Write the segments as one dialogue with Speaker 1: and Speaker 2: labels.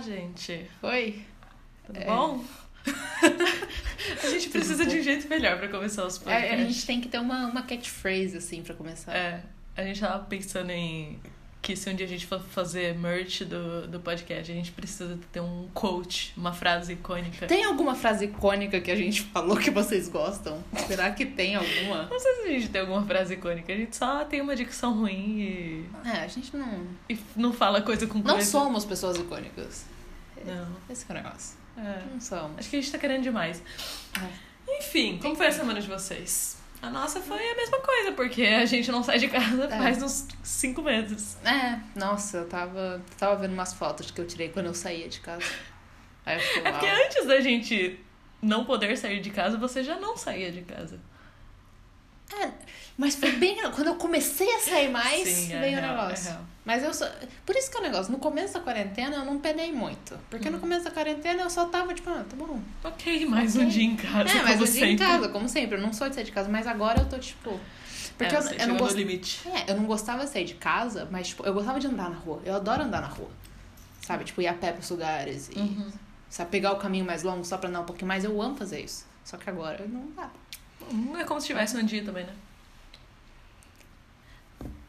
Speaker 1: gente.
Speaker 2: Oi?
Speaker 1: Tudo
Speaker 2: É.
Speaker 1: bom? a gente precisa de um jeito melhor pra começar os
Speaker 2: É, a
Speaker 1: podcasts.
Speaker 2: gente tem que ter uma, uma catchphrase, assim, pra começar.
Speaker 1: É, a gente tava pensando em que se um dia a gente for fazer merch do, do podcast, a gente precisa ter um quote, uma frase icônica.
Speaker 2: Tem alguma frase icônica que a gente falou que vocês gostam? Será que tem alguma?
Speaker 1: Não sei se a gente tem alguma frase icônica, a gente só tem uma dicção ruim e,
Speaker 2: É, a gente não.
Speaker 1: e não fala coisa com
Speaker 2: Não
Speaker 1: coisa.
Speaker 2: somos pessoas icônicas.
Speaker 1: Não.
Speaker 2: Esse que é o negócio.
Speaker 1: É.
Speaker 2: Não somos.
Speaker 1: Acho que a gente tá querendo demais.
Speaker 2: É.
Speaker 1: Enfim, como foi a semana de vocês? A nossa foi a mesma coisa, porque a gente não sai de casa
Speaker 2: É.
Speaker 1: faz uns cinco meses.
Speaker 2: É, nossa, eu tava, tava vendo umas fotos que eu tirei quando eu saía de casa. Aí eu fiquei,
Speaker 1: É porque
Speaker 2: uau.
Speaker 1: antes da gente não poder sair de casa, você já não saía de casa.
Speaker 2: é, Mas foi bem. Quando eu comecei a sair mais,
Speaker 1: Sim, é
Speaker 2: veio o
Speaker 1: real, é
Speaker 2: negócio.
Speaker 1: real.
Speaker 2: Mas eu só. Por isso que é o negócio. No começo da quarentena eu não penei muito. Porque no
Speaker 1: Uhum.
Speaker 2: começo da quarentena eu só tava tipo, ah, tá bom.
Speaker 1: Ok, mais
Speaker 2: Ok.
Speaker 1: um dia em casa,
Speaker 2: É,
Speaker 1: como
Speaker 2: mas eu dia em
Speaker 1: sempre.
Speaker 2: casa, como sempre. Eu não sou de sair de casa, mas agora eu tô tipo. Porque
Speaker 1: É,
Speaker 2: eu,
Speaker 1: você
Speaker 2: eu, não
Speaker 1: chegou
Speaker 2: gost...
Speaker 1: no limite.
Speaker 2: é, eu não gostava de sair de casa, mas tipo, eu gostava de andar na rua. Eu adoro andar na rua. Sabe? Tipo, ir a pé pros lugares e
Speaker 1: Uhum.
Speaker 2: sabe, pegar o caminho mais longo só pra andar um pouquinho mais. Eu amo fazer isso. Só que agora não dá.
Speaker 1: Não é como se tivesse um dia também, né?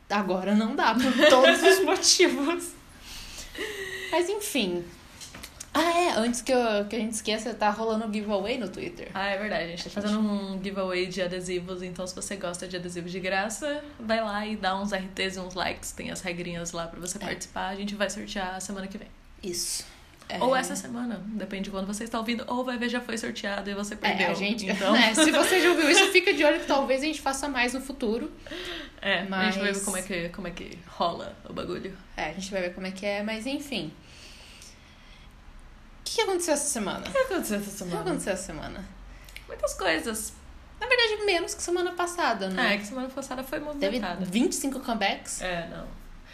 Speaker 2: Agora não dá, por todos os motivos. Mas enfim. Ah, é, antes que, eu, que a gente esqueça, tá rolando um giveaway no Twitter.
Speaker 1: Ah, é verdade. A gente tá fazendo um giveaway de adesivos, então se você gosta de adesivos de graça, vai lá e dá uns RTs e uns likes. Tem as regrinhas lá pra você
Speaker 2: É.
Speaker 1: participar. A gente vai sortear semana que vem.
Speaker 2: Isso.
Speaker 1: Ou
Speaker 2: É,
Speaker 1: essa semana, depende de quando você está ouvindo, ou vai ver já foi sorteado e você
Speaker 2: É,
Speaker 1: perdeu.
Speaker 2: a gente,
Speaker 1: Então,
Speaker 2: né, se você já ouviu isso, fica de olho que talvez a gente faça mais no futuro.
Speaker 1: é, a gente vai
Speaker 2: Mas-
Speaker 1: ver como é, que, como é que rola o bagulho.
Speaker 2: É, a gente vai ver como é que é, mas enfim. O que que aconteceu essa semana?
Speaker 1: O que aconteceu essa
Speaker 2: O que
Speaker 1: semana?
Speaker 2: aconteceu essa semana?
Speaker 1: Muitas coisas.
Speaker 2: Na verdade, menos que semana passada,
Speaker 1: Ah, é
Speaker 2: né?
Speaker 1: que semana passada foi
Speaker 2: Teve
Speaker 1: movimentada.
Speaker 2: 25 comebacks.
Speaker 1: É, não.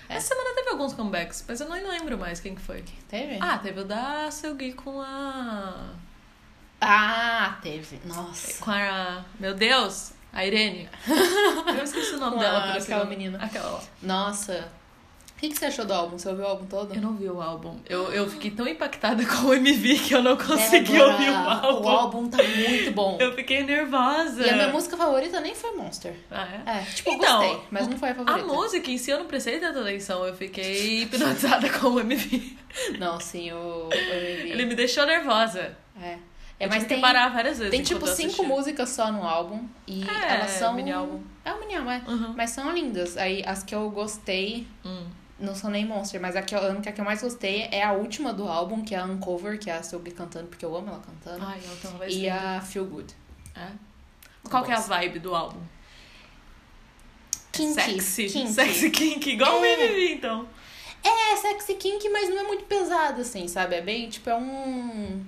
Speaker 2: É.
Speaker 1: Essa semana teve alguns comebacks, mas eu não lembro mais quem que foi.
Speaker 2: Teve?
Speaker 1: Ah, teve o da Seu Gui com a.
Speaker 2: Ah, teve. Nossa.
Speaker 1: Com a. Meu Deus! A Irene. Eu esqueci o nome
Speaker 2: Com
Speaker 1: dela,
Speaker 2: a-
Speaker 1: por isso que
Speaker 2: aquela
Speaker 1: eu-
Speaker 2: menina.
Speaker 1: Aquela lá.
Speaker 2: Nossa. O que, que você achou do álbum? Você ouviu o álbum todo?
Speaker 1: Eu não vi o álbum. Eu, eu fiquei tão impactada com o MV que eu não consegui
Speaker 2: Débora,
Speaker 1: ouvir o álbum.
Speaker 2: É O álbum tá muito bom.
Speaker 1: Eu fiquei nervosa.
Speaker 2: E a minha música favorita nem foi Monster.
Speaker 1: Ah, é?
Speaker 2: É, tipo, eu
Speaker 1: Então,
Speaker 2: gostei, mas não foi a
Speaker 1: A
Speaker 2: favorita.
Speaker 1: música em si eu não prestei tanta atenção, eu fiquei hipnotizada com o MV.
Speaker 2: Não, sim, o, o MV.
Speaker 1: Ele me deixou nervosa.
Speaker 2: É.
Speaker 1: Eu
Speaker 2: É, mas
Speaker 1: tive que
Speaker 2: tem,
Speaker 1: parar várias vezes.
Speaker 2: tem tipo
Speaker 1: enquanto eu
Speaker 2: cinco
Speaker 1: assistia.
Speaker 2: músicas só no álbum. E
Speaker 1: É,
Speaker 2: elas são.
Speaker 1: mini álbum.
Speaker 2: É um mini álbum, é.
Speaker 1: Uhum.
Speaker 2: Mas são lindas. Aí as que eu gostei
Speaker 1: Hum.
Speaker 2: não são nem Monster, mas a que eu, a única que eu mais gostei é a última do álbum, que é a Uncover, que é a Sylvie cantando, porque eu amo ela cantando.
Speaker 1: Ai, ela tem uma voz
Speaker 2: e
Speaker 1: linda.
Speaker 2: a Feel Good.
Speaker 1: É. Qual que é a vibe do álbum?
Speaker 2: Kinky.
Speaker 1: Sexy.
Speaker 2: Kinky.
Speaker 1: Sexy kinky, igual
Speaker 2: É.
Speaker 1: o MV, então.
Speaker 2: É sexy kink, mas não é muito pesado, assim, sabe? É bem, tipo, é um.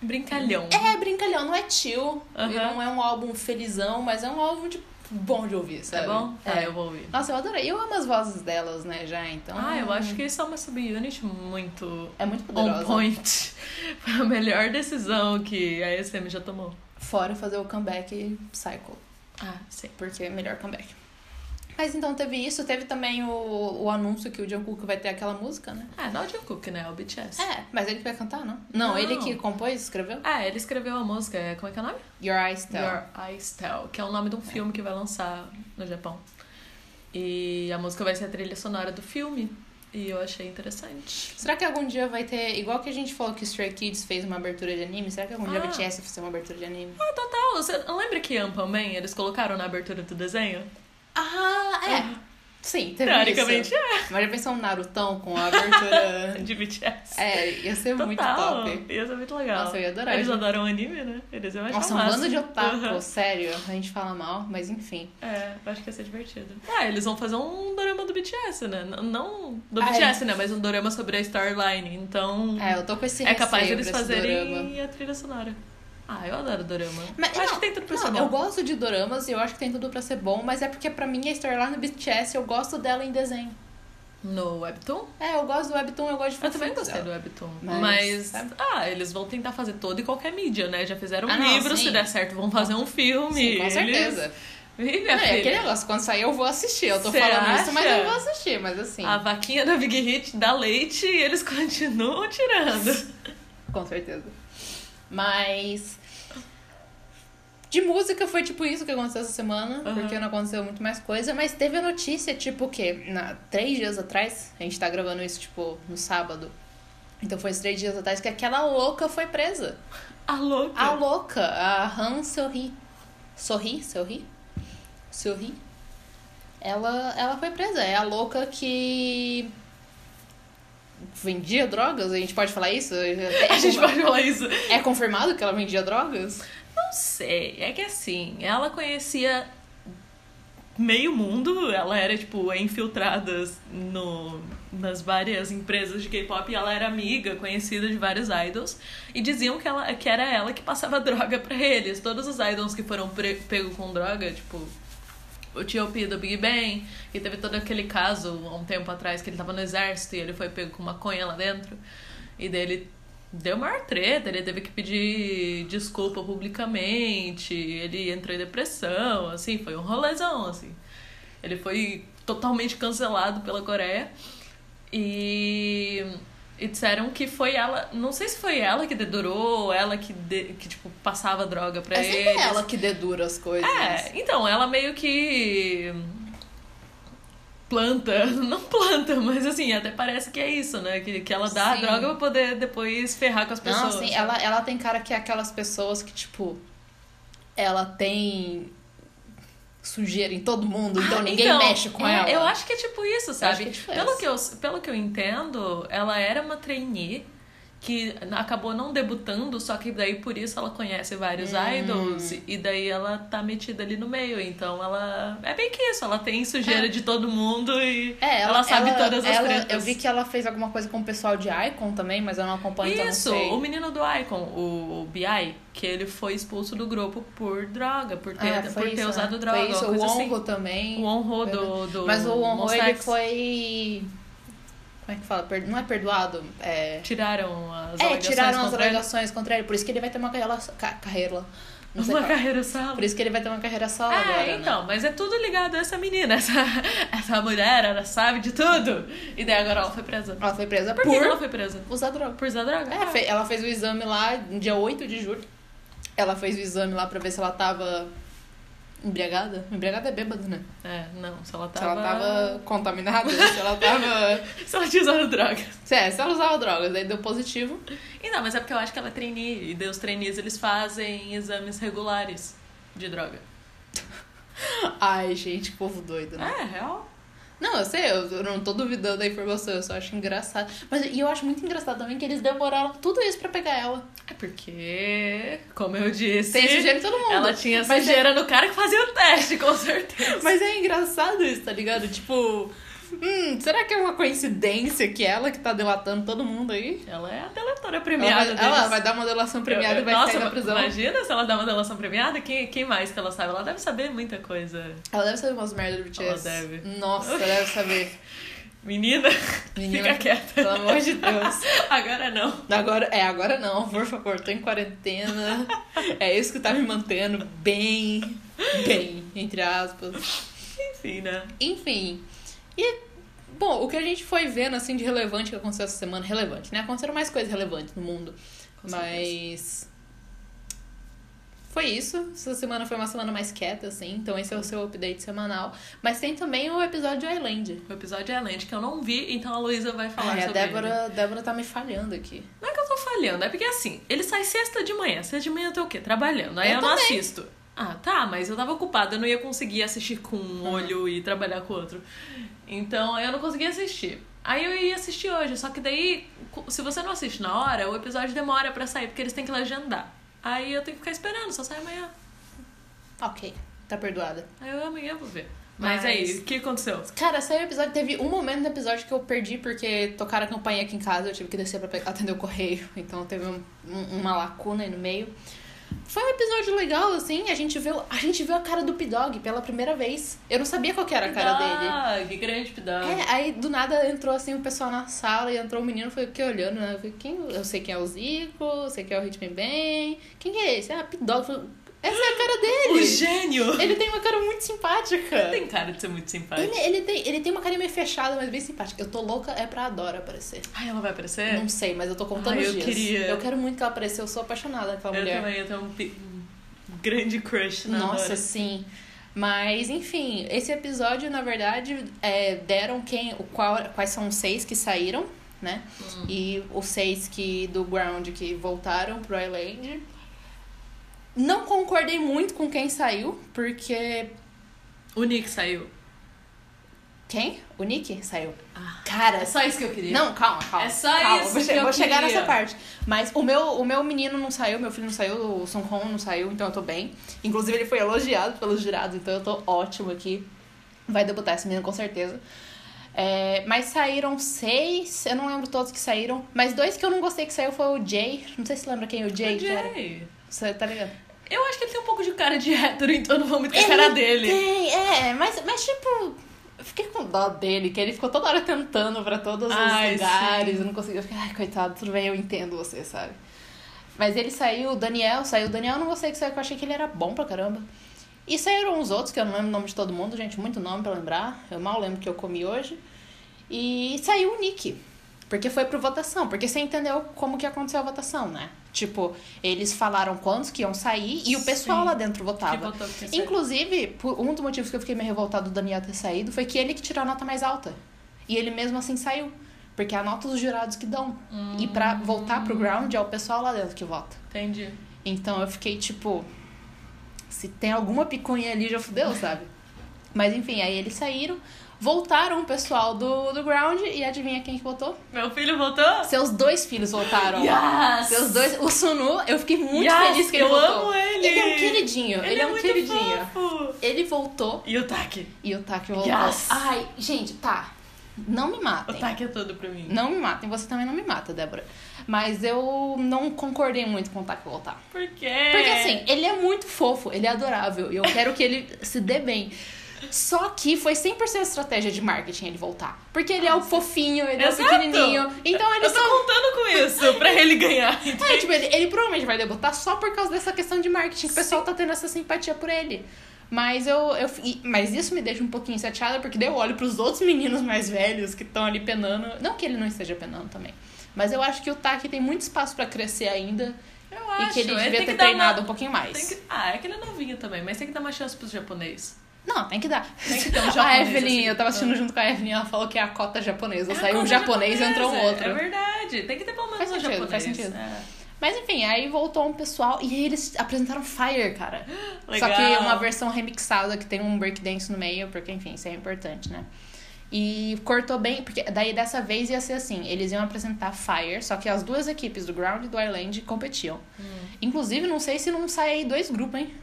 Speaker 1: Brincalhão.
Speaker 2: É brincalhão, não é chill. e
Speaker 1: Aham.
Speaker 2: Não é um álbum felizão, mas é um álbum de... bom de ouvir, sabe?
Speaker 1: Tá bom? Tá,
Speaker 2: É.
Speaker 1: eu vou ouvir.
Speaker 2: Nossa, eu adorei. Eu amo as vozes delas, né, já, então.
Speaker 1: Ah, eu acho que isso é uma subunit muito
Speaker 2: É muito
Speaker 1: on
Speaker 2: poderosa.
Speaker 1: point. Foi a melhor decisão que a SM já tomou.
Speaker 2: Fora fazer o comeback cycle,
Speaker 1: Ah, sim.
Speaker 2: porque é melhor comeback. Mas então teve isso, teve também o, o anúncio que o Jungkook vai ter aquela música, né?
Speaker 1: Ah, não é o Jungkook, né? É o BTS.
Speaker 2: É, mas ele que vai cantar, não? Não,
Speaker 1: Não.
Speaker 2: ele que compôs, escreveu?
Speaker 1: Ah, ele escreveu a música, é- como é que é o nome?
Speaker 2: Your Eyes Tell.
Speaker 1: Your Eyes Tell, que é o nome de um filme que vai lançar no Japão. E a música vai ser a trilha sonora do filme. E eu achei interessante.
Speaker 2: Será que algum dia vai ter, igual que a gente falou que Stray Kids fez uma abertura de anime, será que algum dia
Speaker 1: Ah.
Speaker 2: a BTS vai fazer uma abertura de anime?
Speaker 1: Ah, total. Você não lembra que Ian também eles colocaram na abertura do desenho?
Speaker 2: Ah, é. Sim, teve
Speaker 1: Teoricamente
Speaker 2: isso. Mas já pensou um Narutão com a abertura...
Speaker 1: é. De BTS.
Speaker 2: é, ia ser
Speaker 1: Total.
Speaker 2: muito top.
Speaker 1: Ia ser muito legal.
Speaker 2: Nossa, eu ia adorar,
Speaker 1: Eles
Speaker 2: gente.
Speaker 1: adoram anime, né? Eles iam achar
Speaker 2: Nossa, um
Speaker 1: massa.
Speaker 2: bando de otaku,
Speaker 1: Uhum.
Speaker 2: sério. A gente fala mal, mas enfim.
Speaker 1: É, eu acho que ia ser divertido. Ah, eles vão fazer um dorama do BTS, né? N- não do
Speaker 2: Ah,
Speaker 1: BTS, né? Mas um dorama sobre a Starline. Então,
Speaker 2: É, eu tô com esse
Speaker 1: é capaz
Speaker 2: receio
Speaker 1: deles
Speaker 2: pra esse
Speaker 1: fazerem
Speaker 2: dorama.
Speaker 1: a trilha sonora. Ah, eu adoro dorama.
Speaker 2: Mas,
Speaker 1: acho
Speaker 2: não,
Speaker 1: que tem tudo pra
Speaker 2: não,
Speaker 1: ser bom.
Speaker 2: eu gosto de doramas e eu acho que tem tudo pra ser bom, mas é porque pra mim a storyline do BTS, eu gosto dela em desenho.
Speaker 1: No Webtoon?
Speaker 2: É, eu gosto do webtoon, eu gosto de é.
Speaker 1: Eu também
Speaker 2: fanfics
Speaker 1: gostei
Speaker 2: dela.
Speaker 1: do Webtoon.
Speaker 2: Mas,
Speaker 1: Mas,
Speaker 2: sabe?
Speaker 1: ah, eles vão tentar fazer toda e qualquer mídia, né? Já fizeram um
Speaker 2: Ah, não,
Speaker 1: livro, se
Speaker 2: sim.
Speaker 1: der certo, vão fazer um filme.
Speaker 2: Sim, com certeza.
Speaker 1: Eles, vi,
Speaker 2: É,
Speaker 1: minha filha.
Speaker 2: aquele negócio, quando sair eu vou assistir. Eu tô
Speaker 1: Cê
Speaker 2: falando
Speaker 1: acha?
Speaker 2: isso, mas eu vou assistir, mas assim,
Speaker 1: A vaquinha da Big Hit dá leite e eles continuam tirando.
Speaker 2: com certeza. Mas. De música foi tipo isso que aconteceu essa semana,
Speaker 1: Aham.
Speaker 2: porque não aconteceu muito mais coisa, mas teve a notícia, tipo, que na, três dias atrás, a gente tá gravando isso, tipo, no sábado. Então foi esses três dias atrás que aquela louca foi presa.
Speaker 1: A louca.
Speaker 2: A louca, a Han Sorri. Sorri? Sorri? Sorri? Ela, ela foi presa. É a louca que. Vendia drogas? A gente pode falar isso? É,
Speaker 1: A gente pode falar isso.
Speaker 2: é confirmado que ela vendia drogas?
Speaker 1: Não sei, é que assim, ela conhecia meio mundo, ela era, tipo, infiltrada no, nas várias empresas de K-pop e ela era amiga, conhecida de vários idols. E diziam que, ela, que era ela que passava droga pra eles. Todos os idols que foram pre- pego com droga, tipo, o T.O.P. do Big Bang, e teve todo aquele caso há um tempo atrás que ele tava no exército e ele foi pego com maconha lá dentro. E daí ele deu maior treta, ele teve que pedir desculpa publicamente, ele entrou em depressão, assim, foi um rolezão, assim. Ele foi totalmente cancelado pela Coreia. E, e disseram que foi ela, não sei se foi ela que dedurou, ela que, de- que tipo, passava droga pra
Speaker 2: É
Speaker 1: eles.
Speaker 2: sempre ela que dedura as coisas.
Speaker 1: É, então, ela meio que planta, não planta, mas assim, até parece que é isso, né? Que, que ela dá a
Speaker 2: Sim.
Speaker 1: droga pra poder depois ferrar com as
Speaker 2: Não,
Speaker 1: pessoas.
Speaker 2: assim, ela, ela tem cara que é aquelas pessoas que, tipo, ela tem sujeira em todo mundo, então
Speaker 1: Ah,
Speaker 2: ninguém
Speaker 1: então,
Speaker 2: mexe com
Speaker 1: é,
Speaker 2: ela.
Speaker 1: Eu acho que é tipo isso,
Speaker 2: acho
Speaker 1: sabe?
Speaker 2: que é tipo
Speaker 1: pelo,
Speaker 2: essa.
Speaker 1: que eu, pelo que eu entendo, ela era uma trainee que acabou não debutando, só que daí por isso ela conhece vários
Speaker 2: Hum.
Speaker 1: idols e daí ela tá metida ali no meio. Então ela. É bem que isso, ela tem sujeira
Speaker 2: É.
Speaker 1: de todo mundo e
Speaker 2: É,
Speaker 1: ela, sabe todas as
Speaker 2: ela-
Speaker 1: tretas.
Speaker 2: Eu vi que ela fez alguma coisa com o pessoal de Icon também, mas eu não acompanho,
Speaker 1: Isso,
Speaker 2: então
Speaker 1: o
Speaker 2: não sei.
Speaker 1: menino do Icon, o, o BI, que ele foi expulso do grupo por droga, por ter,
Speaker 2: Ah,
Speaker 1: por
Speaker 2: foi
Speaker 1: ter
Speaker 2: isso,
Speaker 1: usado
Speaker 2: né?
Speaker 1: droga,
Speaker 2: Foi isso,
Speaker 1: uma
Speaker 2: o
Speaker 1: coisa
Speaker 2: Onro
Speaker 1: assim.
Speaker 2: também.
Speaker 1: O honro do, do.
Speaker 2: Mas o Onro, ele
Speaker 1: Monstax.
Speaker 2: foi... Como é que fala? Per- Não é perdoado, é...
Speaker 1: Tiraram as
Speaker 2: É,
Speaker 1: alegações
Speaker 2: tiraram as
Speaker 1: contra ele.
Speaker 2: alegações contra ele, por isso que ele vai ter uma carreira... ca- carreira não sei
Speaker 1: Uma
Speaker 2: qual.
Speaker 1: carreira salva.
Speaker 2: Por isso que ele vai ter uma carreira só
Speaker 1: É,
Speaker 2: agora, né?
Speaker 1: então, mas é tudo ligado a essa menina. Essa, essa mulher, ela sabe de tudo. E daí agora ela foi presa.
Speaker 2: Ela foi presa
Speaker 1: Por,
Speaker 2: por,
Speaker 1: que que ela foi Ah. presa?
Speaker 2: usar droga.
Speaker 1: Por usar droga?
Speaker 2: É, fe- ela fez o exame lá no dia 8 de julho. Ela fez o exame lá pra ver se ela tava embriagada. Embriagada é bêbada, né?
Speaker 1: É, não, se ela
Speaker 2: Se
Speaker 1: tava.
Speaker 2: ela tava contaminada, se ela tava.
Speaker 1: Se ela tinha usado droga.
Speaker 2: É, se ela usava drogas, aí deu positivo.
Speaker 1: E não, mas é porque eu acho que ela é trainee. E daí os trainees, eles fazem exames regulares de droga.
Speaker 2: Ai, gente, que povo doido, né?
Speaker 1: É, real.
Speaker 2: Não, eu sei, eu eu não tô duvidando da informação, eu só acho engraçado. Mas e eu acho muito engraçado também que eles demoraram tudo isso pra pegar ela.
Speaker 1: É porque, como eu disse...
Speaker 2: Tem sujeira em todo mundo.
Speaker 1: Ela tinha
Speaker 2: Mas é-
Speaker 1: sujeira no cara que fazia o teste, com certeza.
Speaker 2: Mas é engraçado isso, tá ligado? Tipo, hum, será que é uma coincidência que ela que tá delatando todo mundo aí?
Speaker 1: Ela é a delatora
Speaker 2: Ela
Speaker 1: premiada
Speaker 2: vai,
Speaker 1: deles.
Speaker 2: ela vai dar uma delação premiada e vai
Speaker 1: Nossa,
Speaker 2: sair da prisão.
Speaker 1: imagina se ela dá uma delação premiada, quem, quem mais que ela sabe? Ela deve saber muita coisa.
Speaker 2: Ela deve saber umas merdas do BTS.
Speaker 1: Ela deve.
Speaker 2: Nossa, ela deve saber.
Speaker 1: Menina,
Speaker 2: Menina,
Speaker 1: fica quieta.
Speaker 2: Pelo amor de Deus.
Speaker 1: Agora não.
Speaker 2: Agora, é, agora não, por favor, tô em quarentena. É isso que tá me mantendo bem, bem, entre aspas.
Speaker 1: Enfim, né?
Speaker 2: Enfim. E, bom, o que a gente foi vendo, assim, de relevante que aconteceu essa semana, relevante, né? Aconteceram mais coisas relevantes no mundo.
Speaker 1: Com
Speaker 2: mas. Foi isso. Essa semana foi uma semana mais quieta, assim. Então, esse é o seu update semanal. Mas tem também o episódio de Island.
Speaker 1: O episódio é lente que eu não vi, então a Luísa vai falar
Speaker 2: Ai, a
Speaker 1: sobre ele.
Speaker 2: Débora, Débora tá me falhando aqui.
Speaker 1: Não é que eu tô falhando, é porque assim, ele sai sexta de manhã. Sexta de manhã eu tô o quê? Trabalhando. Aí eu,
Speaker 2: Eu
Speaker 1: não
Speaker 2: também.
Speaker 1: assisto. Ah, tá, mas eu tava ocupada, eu não ia conseguir assistir com um olho e trabalhar com o outro. Então aí eu não conseguia assistir. Aí eu ia assistir hoje, só que daí, co- se você não assiste na hora, o episódio demora pra sair, porque eles têm que legendar. Aí eu tenho que ficar esperando, só sai amanhã.
Speaker 2: Ok, tá perdoada.
Speaker 1: Aí eu amanhã vou ver. Mas,
Speaker 2: Mas-
Speaker 1: aí, o que aconteceu?
Speaker 2: Cara, saiu o episódio. Teve um momento do episódio que eu perdi porque tocaram a campainha aqui em casa. Eu tive que descer pra pe- atender o correio. Então teve um- um- uma lacuna aí no meio. Foi um episódio legal, assim. A gente viu a, gente viu a cara do P-Dog pela primeira vez. Eu não sabia qual que era a cara dele.
Speaker 1: Ah, que grande pidão.
Speaker 2: É, aí do nada entrou assim o pessoal na sala e entrou o menino, foi que olhando, né? Eu, falei, quem, eu sei quem é o Zico, eu sei quem é o Ritmo Bem, quem que é esse? Ah, P-Dog. Eu falei, Essa é a cara
Speaker 1: O
Speaker 2: dele.
Speaker 1: gênio!
Speaker 2: Ele tem uma cara muito simpática.
Speaker 1: Tem cara de ser muito simpático.
Speaker 2: Ele, ele, tem, ele tem uma carinha meio fechada, mas bem simpática. Eu tô louca, é pra Adora aparecer.
Speaker 1: Ai, ela vai aparecer?
Speaker 2: Não sei, mas eu tô contando
Speaker 1: É. Ai,
Speaker 2: os
Speaker 1: eu
Speaker 2: dias.
Speaker 1: queria.
Speaker 2: Eu quero muito que ela apareça, eu sou apaixonada pela
Speaker 1: eu
Speaker 2: mulher.
Speaker 1: também, eu tenho um, pi- um grande crush na
Speaker 2: Nossa,
Speaker 1: Dora.
Speaker 2: sim. Mas, enfim, esse episódio, na verdade, é, deram quem, o qual, quais são os seis que saíram, né?
Speaker 1: Hum.
Speaker 2: E os seis que do Ground que voltaram pro Island. Não concordei muito com quem saiu, porque.
Speaker 1: O Nick saiu.
Speaker 2: Quem? O Nick saiu.
Speaker 1: Ah.
Speaker 2: Cara,
Speaker 1: só isso que eu queria.
Speaker 2: Não, calma, calma.
Speaker 1: É só
Speaker 2: calma,
Speaker 1: isso
Speaker 2: Vou,
Speaker 1: que eu
Speaker 2: vou chegar
Speaker 1: queria.
Speaker 2: nessa parte. Mas o meu, o meu menino não saiu, meu filho não saiu, o Son Hong não saiu, então eu tô bem. Inclusive, ele foi elogiado pelos jurados, então eu tô ótimo aqui. Vai debutar esse menino com certeza. É, mas saíram seis, eu não lembro todos que saíram, mas dois que eu não gostei que saiu foi o Jay. Não sei se lembra quem é o Jay,
Speaker 1: O
Speaker 2: que era.
Speaker 1: Jay.
Speaker 2: Você tá ligado?
Speaker 1: Eu acho que ele tem um pouco de cara de hétero, então eu não vou muito com a cara dele.
Speaker 2: Tem, é, mas, mas tipo, eu fiquei com dó dele, que ele ficou toda hora tentando pra todos os
Speaker 1: Ai,
Speaker 2: lugares,
Speaker 1: sim.
Speaker 2: eu não conseguia. Eu fiquei, ai, coitado, tudo bem, eu entendo você, sabe? Mas ele saiu, o Daniel saiu, o Daniel eu não gostei que saiu, que eu achei que ele era bom pra caramba. E saíram uns outros, que eu não lembro o nome de todo mundo, gente, muito nome pra lembrar, eu mal lembro o que eu comi hoje. E saiu o Nick. Porque foi por votação, porque você entendeu como que aconteceu a votação, né? Tipo, eles falaram quantos que iam sair e o pessoal
Speaker 1: Sim.
Speaker 2: lá dentro votava.
Speaker 1: Que botou que saiu.
Speaker 2: Inclusive, por- um dos motivos que eu fiquei meio revoltado do Daniel ter saído foi que ele que tirou a nota mais alta. E ele mesmo assim saiu. Porque é a nota dos jurados que dão. E
Speaker 1: Hum.
Speaker 2: pra voltar pro ground é o pessoal lá dentro que vota.
Speaker 1: Entendi.
Speaker 2: Então eu fiquei tipo. Se tem alguma picuinha ali, já fudeu, sabe? Mas enfim, aí eles saíram. Voltaram o pessoal do, do ground e adivinha quem que votou?
Speaker 1: Meu filho voltou?
Speaker 2: Seus dois filhos votaram.
Speaker 1: Ah. Yes!
Speaker 2: Seus dois. O Sunu, eu fiquei muito
Speaker 1: Yes,
Speaker 2: feliz que ele
Speaker 1: eu
Speaker 2: voltou.
Speaker 1: amo ele.
Speaker 2: Ele é um queridinho. Ele, é um
Speaker 1: muito
Speaker 2: queridinho.
Speaker 1: fofo.
Speaker 2: Ele voltou
Speaker 1: E o Taki?
Speaker 2: e o Taki voltou.
Speaker 1: Yes!
Speaker 2: Ai, gente, tá. Não me
Speaker 1: O
Speaker 2: matem.
Speaker 1: Taki é todo pra mim.
Speaker 2: Não me matem. Você também não me mata, Débora. Mas eu não concordei muito com o Taki voltar.
Speaker 1: Por quê?
Speaker 2: Porque assim, ele é muito fofo, ele é adorável. E eu quero que ele se dê bem. Só que foi 100% estratégia de marketing ele voltar. Porque ele é o fofinho, ele
Speaker 1: Exato.
Speaker 2: é o pequenininho. Então ele
Speaker 1: Eu tô
Speaker 2: só
Speaker 1: contando com isso pra ele ganhar.
Speaker 2: É, tipo, ele, ele provavelmente vai debutar só por causa dessa questão de marketing, que o pessoal tá tendo essa simpatia por ele. Mas eu, eu e- mas isso me deixa um pouquinho chateada, porque daí eu olho pros outros meninos mais velhos que estão ali penando. Não que ele não esteja penando também. Mas eu acho que o Taki tem muito espaço pra crescer ainda
Speaker 1: Eu acho.
Speaker 2: e que ele devia
Speaker 1: tem
Speaker 2: ter
Speaker 1: dar
Speaker 2: treinado um
Speaker 1: uma...
Speaker 2: pouquinho mais.
Speaker 1: tem que... Ah, é que ele é novinho também, mas tem que dar uma chance pros japonês.
Speaker 2: Não, tem que dar.
Speaker 1: Tem que dar um
Speaker 2: a
Speaker 1: japonês,
Speaker 2: Ah, Evelyn,
Speaker 1: assim.
Speaker 2: eu tava assistindo
Speaker 1: Ah.
Speaker 2: junto com a Evelyn, ela falou que é a cota japonesa.
Speaker 1: É a
Speaker 2: Saiu um
Speaker 1: conta
Speaker 2: japonês e
Speaker 1: japonesa,
Speaker 2: entrou um outro.
Speaker 1: É verdade. Tem que ter pelo menos
Speaker 2: Faz
Speaker 1: um
Speaker 2: sentido,
Speaker 1: japonês.
Speaker 2: faz sentido.
Speaker 1: É.
Speaker 2: Mas enfim, aí voltou um pessoal e aí eles apresentaram Fire, cara.
Speaker 1: Legal.
Speaker 2: Só que uma versão remixada que tem um breakdance no meio, porque enfim, isso é importante, né? E cortou bem, porque daí dessa vez ia ser assim, eles iam apresentar Fire, só que as duas equipes do Ground e do Island competiam.
Speaker 1: Hum.
Speaker 2: Inclusive, não sei se não sai aí dois grupos, hein?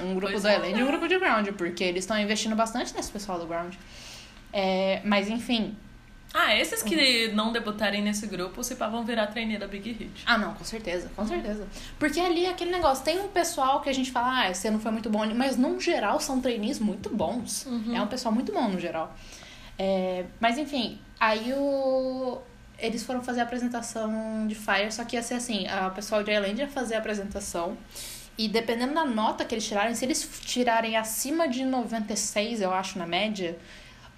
Speaker 2: Um grupo
Speaker 1: Pois
Speaker 2: do
Speaker 1: é,
Speaker 2: Island e um
Speaker 1: né?
Speaker 2: grupo de Ground, porque eles estão investindo bastante nesse pessoal do Ground. É, mas enfim,
Speaker 1: Ah, esses que não debutarem nesse grupo, se pá, vão virar trainee da Big Hit.
Speaker 2: Ah, não, com certeza, com certeza. Porque ali é aquele negócio, tem um pessoal que a gente fala, ah, você não foi muito bom ali, mas no geral são trainees muito bons. É um pessoal muito bom no geral. É, mas enfim, aí o. Eles foram fazer a apresentação de Fire, só que ia ser assim, a o pessoal de Island ia fazer a apresentação. E dependendo da nota que eles tirarem, se eles tirarem acima de 96, eu acho, na média,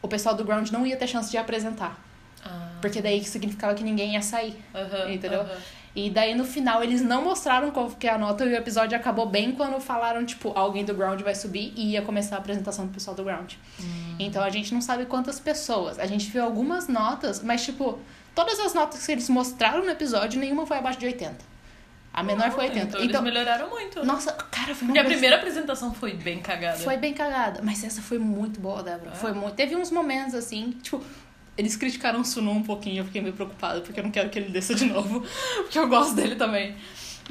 Speaker 2: o pessoal do Ground não ia ter chance de apresentar.
Speaker 1: Ah.
Speaker 2: Porque daí significava que ninguém ia sair.
Speaker 1: Aham,
Speaker 2: Entendeu?
Speaker 1: aham.
Speaker 2: E daí no final eles não mostraram qual que é a nota e o episódio acabou bem quando falaram, tipo, alguém do Ground vai subir e ia começar a apresentação do pessoal do Ground.
Speaker 1: Hum.
Speaker 2: Então a gente não sabe quantas pessoas. A gente viu algumas notas, mas tipo, todas as notas que eles mostraram no episódio, nenhuma foi abaixo de 80. A menor foi 80.
Speaker 1: Então,
Speaker 2: Então,
Speaker 1: eles melhoraram muito.
Speaker 2: nossa, cara, foi uma
Speaker 1: E a
Speaker 2: coisa-
Speaker 1: primeira apresentação foi bem cagada.
Speaker 2: foi bem cagada, mas essa foi muito boa, Débora. Foi muito. Teve uns momentos assim, tipo, eles criticaram o Sunu um pouquinho, eu fiquei meio preocupada, porque eu não quero que ele desça de novo, porque eu gosto dele também.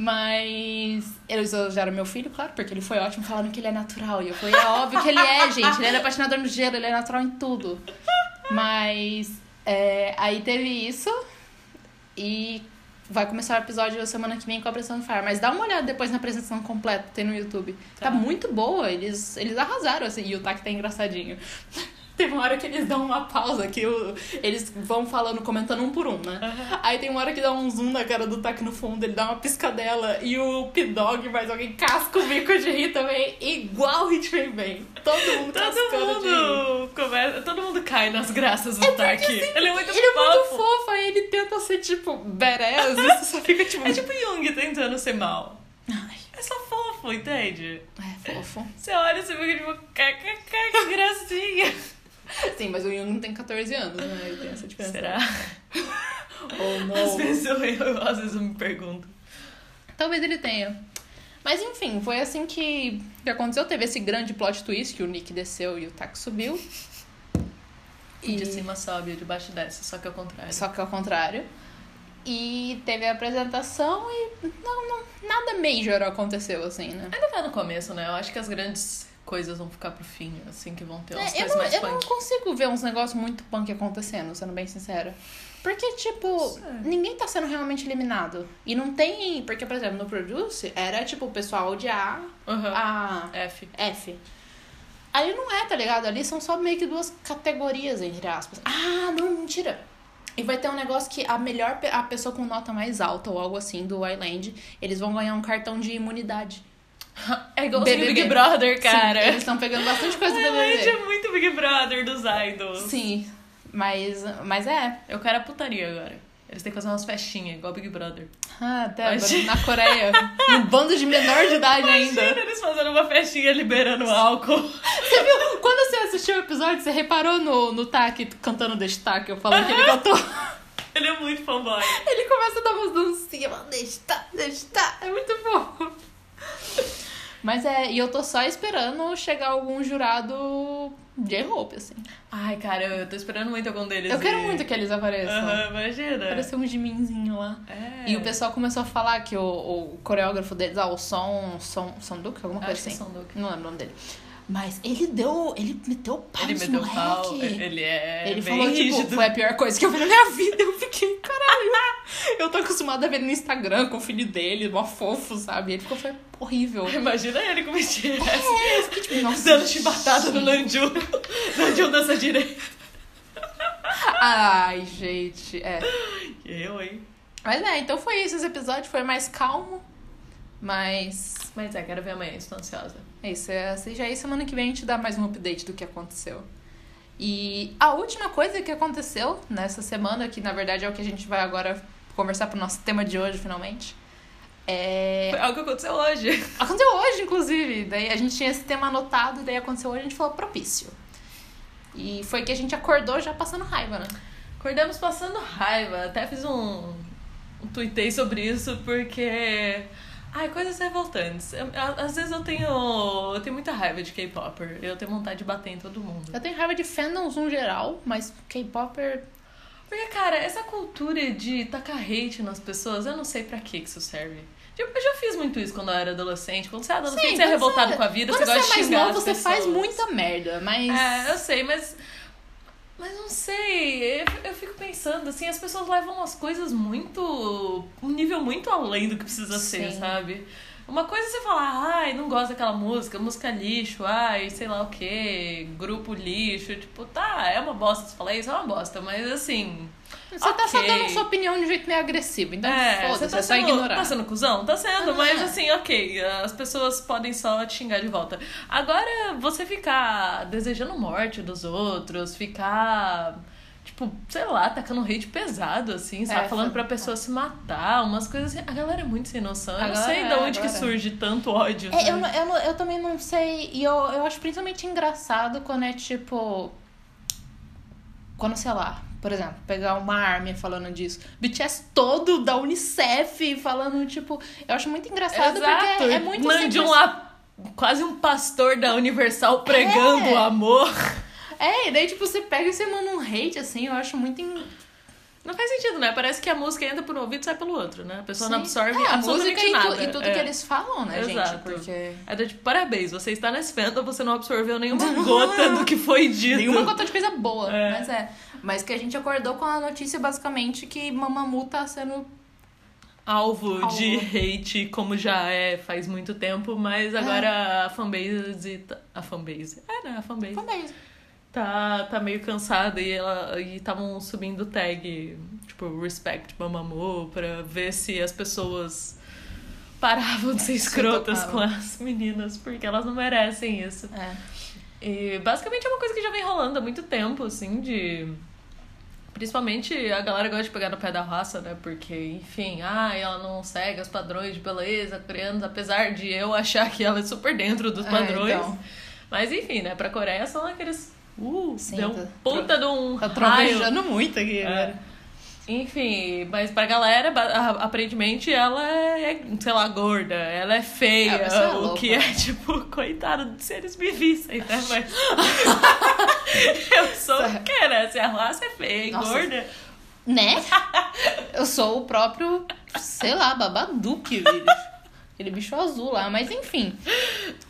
Speaker 2: Mas eles elogiaram meu filho, claro, porque ele foi ótimo, falaram que ele é natural. E eu falei, é óbvio que ele é, gente. Ele era apaixonador no gelo, ele é natural em tudo. Mas é, aí teve isso. E vai começar o episódio semana que vem com a Pressão Fire. Mas dá uma olhada depois na apresentação completa que tem no YouTube. Tá,
Speaker 1: Tá.
Speaker 2: muito boa, eles, eles arrasaram, assim. E o Taki tá engraçadinho. Tem uma hora que eles dão uma pausa, que o- eles vão falando, comentando um por um, né? Aí tem uma hora que dá um zoom na cara do Tac no fundo, ele dá uma piscadela e o P-Dog mais alguém casca o bico de rir também, igual o Hit Bang Bang. Todo
Speaker 1: Todo
Speaker 2: mundo cascando de rir.
Speaker 1: mundo começa, todo mundo cai nas graças do
Speaker 2: É porque,
Speaker 1: Taki.
Speaker 2: assim,
Speaker 1: ele é muito
Speaker 2: ele
Speaker 1: fofo.
Speaker 2: é muito fofo, aí ele tenta ser tipo badass, isso só fica tipo.
Speaker 1: É tipo Jung tentando ser mal.
Speaker 2: Ai,
Speaker 1: É só fofo, entende?
Speaker 2: é fofo.
Speaker 1: Você olha e você fica tipo, kkk, que gracinha.
Speaker 2: Sim, mas o Jung tem 14 anos, né? Ele tem essa diferença.
Speaker 1: Será?
Speaker 2: Ou não.
Speaker 1: Às vezes eu, eu- às vezes eu me pergunto.
Speaker 2: Talvez ele tenha. Mas enfim, foi assim que, que aconteceu. Teve esse grande plot twist que o Nick desceu e o Taco subiu.
Speaker 1: E... De cima sobe, de baixo desce, só que ao contrário.
Speaker 2: Só que ao contrário. E teve a apresentação e não, não, nada major aconteceu, assim, né?
Speaker 1: Ainda tá no começo, né? Eu acho que as grandes coisas vão ficar pro fim, assim, que vão ter umas
Speaker 2: É, eu
Speaker 1: coisas
Speaker 2: não,
Speaker 1: mais
Speaker 2: eu não
Speaker 1: punk.
Speaker 2: consigo ver uns negócios muito punk acontecendo, sendo bem sincera. Porque, tipo,
Speaker 1: Sério?
Speaker 2: ninguém tá sendo realmente eliminado. E não tem. Porque, por exemplo, no Produce era tipo o pessoal odiar
Speaker 1: Aham. É,
Speaker 2: a
Speaker 1: F.
Speaker 2: F. Ali não é, tá ligado? Ali são só meio que duas categorias, entre aspas. Ah, não, mentira. E vai ter um negócio que a melhor pe- a pessoa com nota mais alta ou algo assim do Island, eles vão ganhar um cartão de imunidade.
Speaker 1: É igualzinho
Speaker 2: BBB.
Speaker 1: Big Brother, cara.
Speaker 2: Sim, É, eles estão pegando bastante coisa do
Speaker 1: Realmente
Speaker 2: BBB.
Speaker 1: é muito Big Brother dos idols.
Speaker 2: Sim, mas, mas é.
Speaker 1: Eu quero a putaria agora. Eles têm que fazer umas festinhas, igual Big Brother.
Speaker 2: Ah, Débora,
Speaker 1: Mas-
Speaker 2: na Coreia, um bando de menor de idade
Speaker 1: Imagina
Speaker 2: ainda.
Speaker 1: eles fazendo uma festinha liberando álcool.
Speaker 2: Você viu? Quando você assistiu o episódio, você reparou no, no Taki cantando destaque, eu falando que ele cantou.
Speaker 1: Ele é muito fanboy.
Speaker 2: Ele começa a dar umas dancinhas, mano, está, está, é muito bom. Mas é, e eu tô só esperando chegar algum jurado de roupa, assim.
Speaker 1: Ai, cara, eu tô esperando muito algum deles.
Speaker 2: Eu quero
Speaker 1: ir.
Speaker 2: muito que eles apareçam.
Speaker 1: Aham, imagina.
Speaker 2: Apareceu um Jiminzinho lá.
Speaker 1: É.
Speaker 2: E o pessoal começou a falar que o, o coreógrafo deles, ah, o Son, Son, Son Duque, alguma coisa
Speaker 1: Acho que
Speaker 2: assim.
Speaker 1: são do...
Speaker 2: Não lembro o nome dele. Mas ele deu, ele meteu o pau
Speaker 1: Ele
Speaker 2: nesse
Speaker 1: meteu
Speaker 2: Ah, moleque.
Speaker 1: pau. Ele é.
Speaker 2: Ele
Speaker 1: bem
Speaker 2: falou,
Speaker 1: rígido.
Speaker 2: tipo, foi a pior coisa que eu vi na minha vida. Eu fiquei, caralho. eu tô acostumada a ver no Instagram com o filho dele, mó fofo, sabe? Ele ficou, foi horrível.
Speaker 1: Imagina ele com né, mentira.
Speaker 2: É, eu fiquei tipo, nossa.
Speaker 1: Dando chibatada no
Speaker 2: gente.
Speaker 1: Nanju. Nanju dança direito.
Speaker 2: Ai, gente, é.
Speaker 1: Eu, hein?
Speaker 2: Mas é, então foi isso. Esse episódio foi mais calmo, mas.
Speaker 1: Mas é, quero ver amanhã, estou ansiosa.
Speaker 2: É isso, é, seja aí semana que vem a gente dá mais um update do que aconteceu. E a última coisa que aconteceu nessa semana, que na verdade é o que a gente vai agora conversar pro nosso tema de hoje, finalmente, é.
Speaker 1: Foi algo que aconteceu hoje.
Speaker 2: Aconteceu hoje, inclusive. Daí a gente tinha esse tema anotado, daí aconteceu hoje, a gente falou propício. E foi que a gente acordou já passando raiva, né?
Speaker 1: Acordamos passando raiva. Até fiz um. um tuitei sobre isso porque. Ai, coisas revoltantes. Eu- a- às vezes eu tenho. Eu tenho muita raiva de K-Popper. Eu tenho vontade de bater em todo mundo.
Speaker 2: Eu tenho raiva de fandoms no geral, mas K-Popper.
Speaker 1: Porque, cara, essa cultura de tacar hate nas pessoas, eu não sei pra que que isso serve. Tipo, eu já fiz muito isso quando eu era adolescente. Quando você é adolescente,
Speaker 2: Sim,
Speaker 1: você é
Speaker 2: quando
Speaker 1: revoltado
Speaker 2: você-
Speaker 1: com a vida,
Speaker 2: Quando
Speaker 1: você
Speaker 2: você
Speaker 1: gosta
Speaker 2: é
Speaker 1: de
Speaker 2: mais
Speaker 1: xingar
Speaker 2: novo,
Speaker 1: as
Speaker 2: você faz
Speaker 1: pessoas.
Speaker 2: muita merda, mas.
Speaker 1: É, eu sei, mas. Mas não sei, eu- eu fico pensando, assim, as pessoas levam as coisas muito. um nível muito além do que precisa ser,
Speaker 2: Sim.
Speaker 1: sabe? Uma coisa é você falar, ai, não gosto daquela música, música lixo, ai, sei lá o quê, grupo lixo, tipo, tá, é uma bosta você falar isso, é uma bosta, mas assim.
Speaker 2: Você tá só
Speaker 1: ok.
Speaker 2: dando sua opinião de um jeito meio agressivo, então
Speaker 1: É,
Speaker 2: foda-se,
Speaker 1: você
Speaker 2: é
Speaker 1: tá
Speaker 2: só
Speaker 1: sendo,
Speaker 2: ignorar.
Speaker 1: tá sendo cuzão? Tá sendo,
Speaker 2: Ah.
Speaker 1: mas assim, ok, as pessoas podem só te xingar de volta. Agora, você ficar desejando morte dos outros, ficar, tipo, sei lá, tacando hate pesado, assim, sabe?
Speaker 2: É,
Speaker 1: Falando
Speaker 2: foi-
Speaker 1: pra pessoa se matar, umas coisas assim. A galera é muito sem noção. Eu não
Speaker 2: Agora- é,
Speaker 1: sei de onde que
Speaker 2: agora.
Speaker 1: surge tanto ódio. assim.
Speaker 2: É, eu,
Speaker 1: sabe?
Speaker 2: não- eu, não- eu também não sei. E eu, eu acho principalmente engraçado quando é tipo. Quando, sei lá, por exemplo, pegar uma arma falando disso. BTS todo da Unicef falando, tipo. Eu acho muito engraçado porque é, é muito
Speaker 1: Mande um
Speaker 2: simples.
Speaker 1: lá, quase um pastor da Universal pregando
Speaker 2: É.
Speaker 1: o amor.
Speaker 2: É, e daí, tipo, você pega e você manda um hate assim, eu acho muito. en-
Speaker 1: Não faz sentido, né? Parece que a música entra por um ouvido e sai pelo outro, né? A pessoa não
Speaker 2: Sim.
Speaker 1: absorve
Speaker 2: É, a música
Speaker 1: absolutamente
Speaker 2: e, tu-
Speaker 1: nada.
Speaker 2: e tudo
Speaker 1: é.
Speaker 2: que eles falam, né,
Speaker 1: Exato.
Speaker 2: gente? Porque.
Speaker 1: É do tipo, parabéns, você está nesse fandom, você não absorveu nenhuma gota do que foi dito.
Speaker 2: Nenhuma conta de coisa boa,
Speaker 1: É.
Speaker 2: mas é. Mas que a gente acordou com a notícia basicamente que Mamamoo tá sendo
Speaker 1: Alvo, de
Speaker 2: Alvo.
Speaker 1: hate, como já é faz muito tempo, mas agora a fanbase... tá- A fanbase? É, né? A fanbase.
Speaker 2: fanbase.
Speaker 1: tá, tá meio cansada e ela e estavam subindo tag, tipo, respect Mamamoo, pra ver se as pessoas paravam de ser escrotas com
Speaker 2: tocavam.
Speaker 1: as meninas, porque elas não merecem isso.
Speaker 2: É.
Speaker 1: E basicamente é uma coisa que já vem rolando há muito tempo, assim, de. Principalmente a galera gosta de pegar no pé da raça, né? Porque, enfim, ah, ela não segue os padrões de beleza coreanos, apesar de eu achar que ela é super dentro dos
Speaker 2: É,
Speaker 1: padrões.
Speaker 2: então.
Speaker 1: Mas enfim, né? Pra Coreia são aqueles. Uh,
Speaker 2: Sim,
Speaker 1: deu
Speaker 2: tá-
Speaker 1: ponta de um
Speaker 2: Tá
Speaker 1: raio.
Speaker 2: trovejando muito aqui,
Speaker 1: É.
Speaker 2: agora.
Speaker 1: Enfim, mas pra galera, ba- a- aparentemente ela é, sei lá, gorda, ela é feia,
Speaker 2: É, a pessoa é
Speaker 1: o
Speaker 2: louca.
Speaker 1: que é tipo, coitado de seres me vissem, né? Mas. eu sou o que, né? Se a raça é feia e
Speaker 2: Nossa.
Speaker 1: gorda.
Speaker 2: Né? Eu sou o próprio, sei lá, Babadook, bicho. Aquele bicho azul lá. Mas enfim,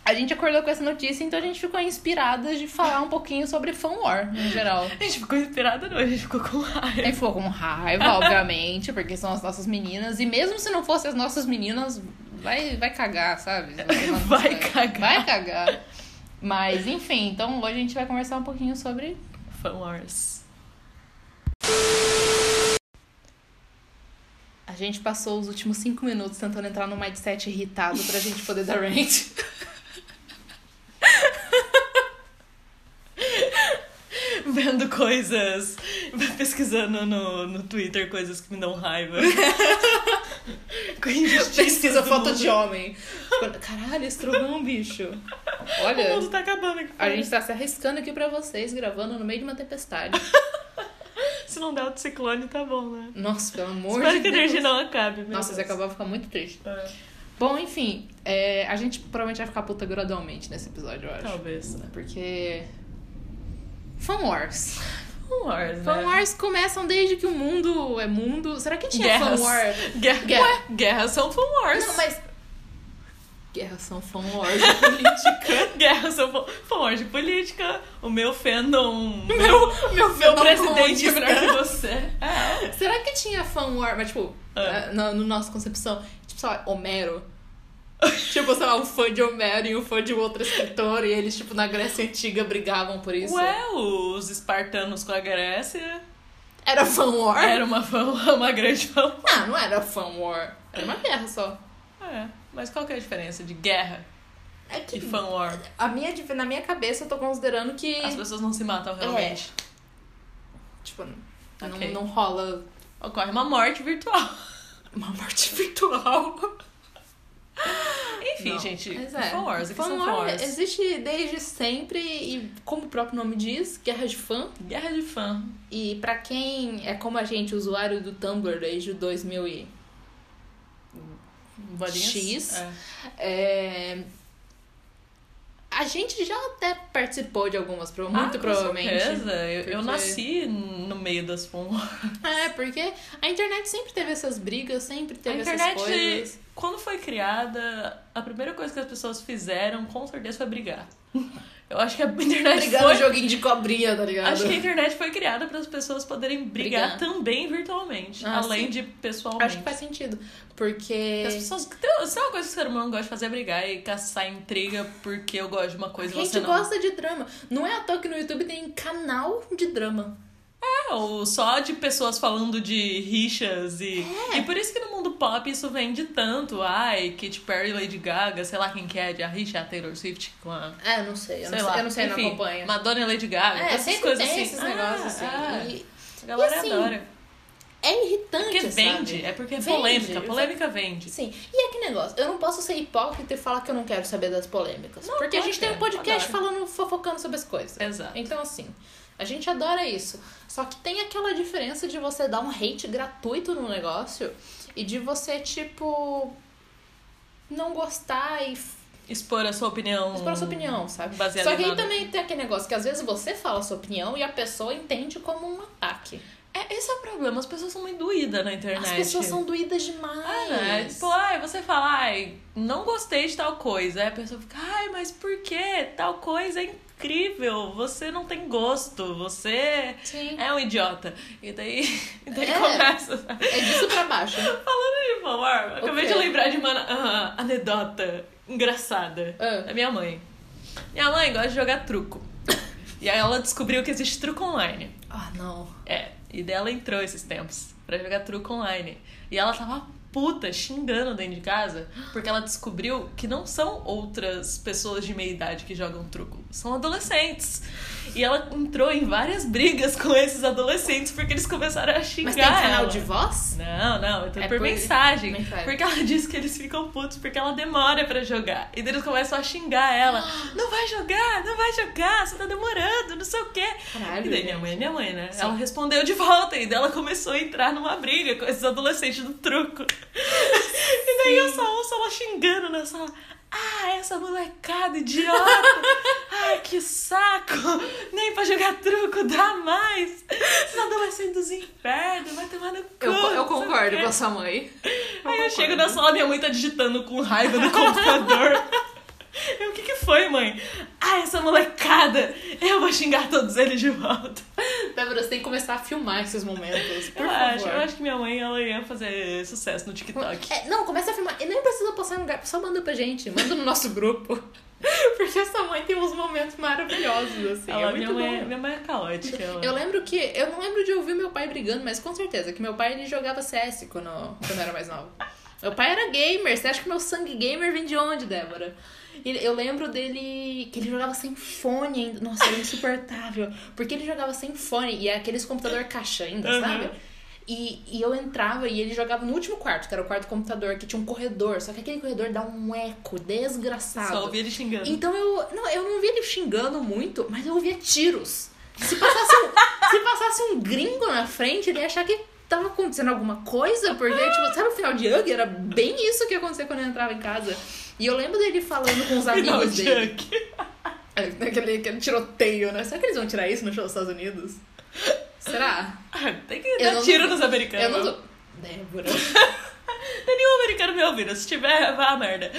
Speaker 2: a gente acordou com essa notícia, então a gente ficou inspirada de falar um pouquinho sobre fan war, no geral.
Speaker 1: A gente ficou inspirada, não, a gente ficou com
Speaker 2: A
Speaker 1: raiva.
Speaker 2: gente ficou com raiva, obviamente, porque são as nossas meninas. E mesmo se não fossem as nossas meninas, vai, vai cagar, sabe?
Speaker 1: Vai cagar.
Speaker 2: Vai cagar. Mas enfim, então hoje a gente vai conversar um pouquinho sobre
Speaker 1: Fan Wars.
Speaker 2: A gente passou os últimos cinco minutos tentando entrar no mindset irritado pra gente poder dar range.
Speaker 1: Vendo coisas, pesquisando no, no Twitter coisas que me dão raiva. Com injustiça
Speaker 2: Pesquisa
Speaker 1: do
Speaker 2: foto
Speaker 1: mundo.
Speaker 2: de homem. Caralho, esse trovão, bicho.
Speaker 1: O
Speaker 2: Olha,
Speaker 1: mundo tá acabando aqui.
Speaker 2: a gente tá se arriscando aqui pra vocês, gravando no meio de uma tempestade.
Speaker 1: Se não der outro ciclone, tá bom, né?
Speaker 2: Nossa, pelo amor
Speaker 1: Espero
Speaker 2: de
Speaker 1: que a
Speaker 2: Deus.
Speaker 1: energia não acabe. meu
Speaker 2: Nossa, se
Speaker 1: Deus.
Speaker 2: acabar, eu vou ficar muito triste.
Speaker 1: É,
Speaker 2: Bom, enfim, é, a gente provavelmente vai ficar puta gradualmente nesse episódio, eu acho.
Speaker 1: talvez. né?
Speaker 2: Porque. Fan Wars.
Speaker 1: Fan
Speaker 2: um
Speaker 1: Wars, né?
Speaker 2: Fan Wars começam desde que o mundo é mundo. Será que tinha
Speaker 1: Guerras.
Speaker 2: Fan War?
Speaker 1: Guerra,
Speaker 2: Guerra.
Speaker 1: Ué, guerras são Fan Wars.
Speaker 2: Não, mas. Guerras são fan wars de política.
Speaker 1: Guerras são fan, fan Wars de política. O meu fandom...
Speaker 2: meu, meu,
Speaker 1: Meu presidente é melhor que você. É.
Speaker 2: Será que tinha fan war? Mas, tipo,
Speaker 1: Ah.
Speaker 2: na, na no nossa concepção, tipo, sei lá, Homero. tipo, sei lá, um fã de Homero e um fã de outro escritor. E eles, tipo, na Grécia Antiga brigavam por É, isso.
Speaker 1: Ué, os espartanos com a Grécia.
Speaker 2: Era fan war?
Speaker 1: Era uma, fan, uma grande fan war.
Speaker 2: Ah, Não, não era fan war. Era uma guerra só.
Speaker 1: É. Mas qual que é a diferença de guerra
Speaker 2: É que
Speaker 1: e fan war?
Speaker 2: a minha, dif- na minha cabeça eu tô considerando que.
Speaker 1: As pessoas não se matam
Speaker 2: É.
Speaker 1: realmente.
Speaker 2: Tipo,
Speaker 1: Ok.
Speaker 2: não, não rola
Speaker 1: Ocorre uma morte virtual.
Speaker 2: uma morte virtual.
Speaker 1: Enfim,
Speaker 2: Não.
Speaker 1: gente,
Speaker 2: Mas
Speaker 1: é. Fan é Wars, o que
Speaker 2: Fan
Speaker 1: são Fan
Speaker 2: War
Speaker 1: Wars?
Speaker 2: existe desde sempre e, como o próprio nome diz, guerra de fã.
Speaker 1: Guerra de fã.
Speaker 2: E pra quem é como a gente, usuário do Tumblr desde o 2000 e...
Speaker 1: Bolinhas?
Speaker 2: X.
Speaker 1: É.
Speaker 2: É... A gente já até participou de algumas, pro-
Speaker 1: Ah,
Speaker 2: muito
Speaker 1: com
Speaker 2: provavelmente.
Speaker 1: certeza. Eu, eu
Speaker 2: Porque-
Speaker 1: nasci no meio das Fan Wars.
Speaker 2: É, porque a internet sempre teve essas brigas, sempre teve
Speaker 1: A
Speaker 2: essas
Speaker 1: internet-
Speaker 2: coisas.
Speaker 1: Quando foi criada, a primeira coisa que as pessoas fizeram, com certeza, foi brigar. Eu acho que a internet
Speaker 2: Brigando
Speaker 1: foi...
Speaker 2: Tá joguinho de cobrinha, tá ligado?
Speaker 1: Acho que a internet foi criada para as pessoas poderem brigar,
Speaker 2: Brigar.
Speaker 1: também virtualmente,
Speaker 2: Ah,
Speaker 1: além
Speaker 2: sim.
Speaker 1: de pessoalmente.
Speaker 2: Acho que faz sentido. Porque.
Speaker 1: As pessoas. Tem- Se é uma coisa que o ser humano gosta de fazer é brigar e caçar intriga porque eu gosto de uma coisa
Speaker 2: a
Speaker 1: e
Speaker 2: gente
Speaker 1: você não.
Speaker 2: gosta de drama. Não é à toa que no YouTube tem canal de drama.
Speaker 1: É, ou só de pessoas falando de rixas e.
Speaker 2: É.
Speaker 1: E por isso que no mundo pop isso vende tanto. Ai, Katy Perry, Lady Gaga, sei lá quem que é, de a rixa é a Taylor Swift com a.
Speaker 2: É, não sei. Eu
Speaker 1: sei
Speaker 2: não
Speaker 1: lá.
Speaker 2: sei, eu não sei,
Speaker 1: Enfim,
Speaker 2: não acompanho.
Speaker 1: Madonna e Lady Gaga.
Speaker 2: É,
Speaker 1: essas
Speaker 2: sempre
Speaker 1: coisas
Speaker 2: tem
Speaker 1: assim.
Speaker 2: esses
Speaker 1: Ah,
Speaker 2: negócios assim.
Speaker 1: ah.
Speaker 2: E
Speaker 1: A galera
Speaker 2: E assim,
Speaker 1: adora.
Speaker 2: é
Speaker 1: É
Speaker 2: irritante,
Speaker 1: porque vende,
Speaker 2: sabe?
Speaker 1: é porque é
Speaker 2: Vende,
Speaker 1: polêmica.
Speaker 2: eu-
Speaker 1: Polêmica vende.
Speaker 2: Sim. E é que negócio, eu não posso ser hipócrita e falar que eu não quero saber das polêmicas.
Speaker 1: Não,
Speaker 2: porque a gente
Speaker 1: pode,
Speaker 2: tem um podcast
Speaker 1: adoro.
Speaker 2: falando, fofocando sobre as coisas.
Speaker 1: Exato.
Speaker 2: Então, assim, a gente adora isso. Só que tem aquela diferença de você dar um hate gratuito no negócio e de você, tipo, não gostar e
Speaker 1: Expor a sua opinião.
Speaker 2: expor a sua opinião, sabe?
Speaker 1: Hum. baseado
Speaker 2: Só que
Speaker 1: em
Speaker 2: aí
Speaker 1: nada.
Speaker 2: também tem aquele negócio que às vezes você fala a sua opinião e a pessoa entende como um ataque.
Speaker 1: É, esse é o problema, as pessoas são muito doídas na internet.
Speaker 2: As pessoas são doídas demais.
Speaker 1: Ah, né? Tipo, ai, você fala, ai, não gostei de tal coisa. Aí a pessoa fica, ai, mas por que? Tal coisa é incrível. Você não tem gosto. Você
Speaker 2: Sim.
Speaker 1: é um idiota. E daí, e daí
Speaker 2: É.
Speaker 1: começa. sabe?
Speaker 2: É disso pra baixo.
Speaker 1: Falando de favor, acabei de
Speaker 2: quê?
Speaker 1: lembrar de uma ah, anedota engraçada É
Speaker 2: Ah.
Speaker 1: da minha mãe. Minha mãe gosta de jogar truco. E aí ela descobriu que existe truco online.
Speaker 2: Ah, não.
Speaker 1: É, e dela entrou esses tempos pra jogar truco online. E ela tava puta xingando dentro de casa porque ela descobriu que não são outras pessoas de meia idade que jogam truco, são adolescentes. E ela entrou em várias brigas com esses adolescentes porque eles começaram a xingar.
Speaker 2: Mas tem canal
Speaker 1: ela.
Speaker 2: de voz?
Speaker 1: Não, não, eu tô
Speaker 2: É
Speaker 1: por
Speaker 2: por-
Speaker 1: mensagem.
Speaker 2: mensagem.
Speaker 1: Porque ela diz que eles ficam putos porque ela demora pra jogar. E daí eles começam a xingar ela. Não vai jogar, não vai jogar, você tá demorando, não sei o quê.
Speaker 2: Caralho,
Speaker 1: E daí minha
Speaker 2: gente.
Speaker 1: mãe, minha mãe, né?
Speaker 2: Sim.
Speaker 1: Ela respondeu de volta e daí ela começou a entrar numa briga com esses adolescentes do truco. E daí eu só ouço ela xingando na sala. Ah, essa molecada idiota! Ai, que saco! Nem pra jogar truco dá mais! Esses adolescentes dos infernos, vai tomar no cu!
Speaker 2: Eu, co- eu
Speaker 1: não sei o
Speaker 2: concordo
Speaker 1: quê.
Speaker 2: com a sua mãe.
Speaker 1: Aí eu
Speaker 2: concordo.
Speaker 1: chego na sala, minha mãe tá digitando com raiva no computador. Eu, o que que foi, mãe? Ah, essa molecada! Eu vou xingar todos eles de volta.
Speaker 2: Débora, você tem que começar a filmar esses momentos, por
Speaker 1: eu
Speaker 2: favor.
Speaker 1: acho, eu acho que minha mãe ela ia fazer sucesso no TikTok.
Speaker 2: É, não, começa a filmar. E nem precisa passar em lugar, só manda pra gente, manda no nosso grupo. Porque essa mãe tem uns momentos maravilhosos, assim.
Speaker 1: Ela-
Speaker 2: é muito
Speaker 1: minha, mãe,
Speaker 2: bom.
Speaker 1: minha mãe é caótica. ela-
Speaker 2: Eu lembro que. Eu não lembro de ouvir meu pai brigando, mas com certeza que meu pai ele jogava CS quando, quando eu era mais nova. Meu pai era gamer. Você acha que meu sangue gamer vem de onde, Débora? Ele- Eu lembro dele. que ele jogava sem fone ainda. Nossa, era insuportável. Porque ele jogava sem fone e é aqueles computador caixa ainda,
Speaker 1: Uhum.
Speaker 2: sabe? E, e eu entrava e ele jogava no último quarto, que era o quarto do computador, que tinha um corredor. Só que aquele corredor dá um eco desgraçado.
Speaker 1: Só ouvi ele xingando.
Speaker 2: Então eu não, eu não via ele xingando muito, mas eu ouvia tiros. Se passasse um, se passasse um gringo na frente, ele ia achar que tava acontecendo alguma coisa, porque, tipo, sabe o final de Young? Era bem isso que acontecia quando eu entrava em casa. E eu lembro dele falando com os
Speaker 1: Final
Speaker 2: amigos
Speaker 1: de
Speaker 2: dele.
Speaker 1: Chuck.
Speaker 2: É, Aquele, aquele tiroteio, né? Será que eles vão tirar isso no show dos Estados Unidos? Será?
Speaker 1: Ah, Tem que
Speaker 2: Eu
Speaker 1: dar
Speaker 2: não-
Speaker 1: tiro nos
Speaker 2: Eu
Speaker 1: americanos.
Speaker 2: não tô. Débora.
Speaker 1: Tem nenhum americano me ouvindo. Se tiver, vá a merda.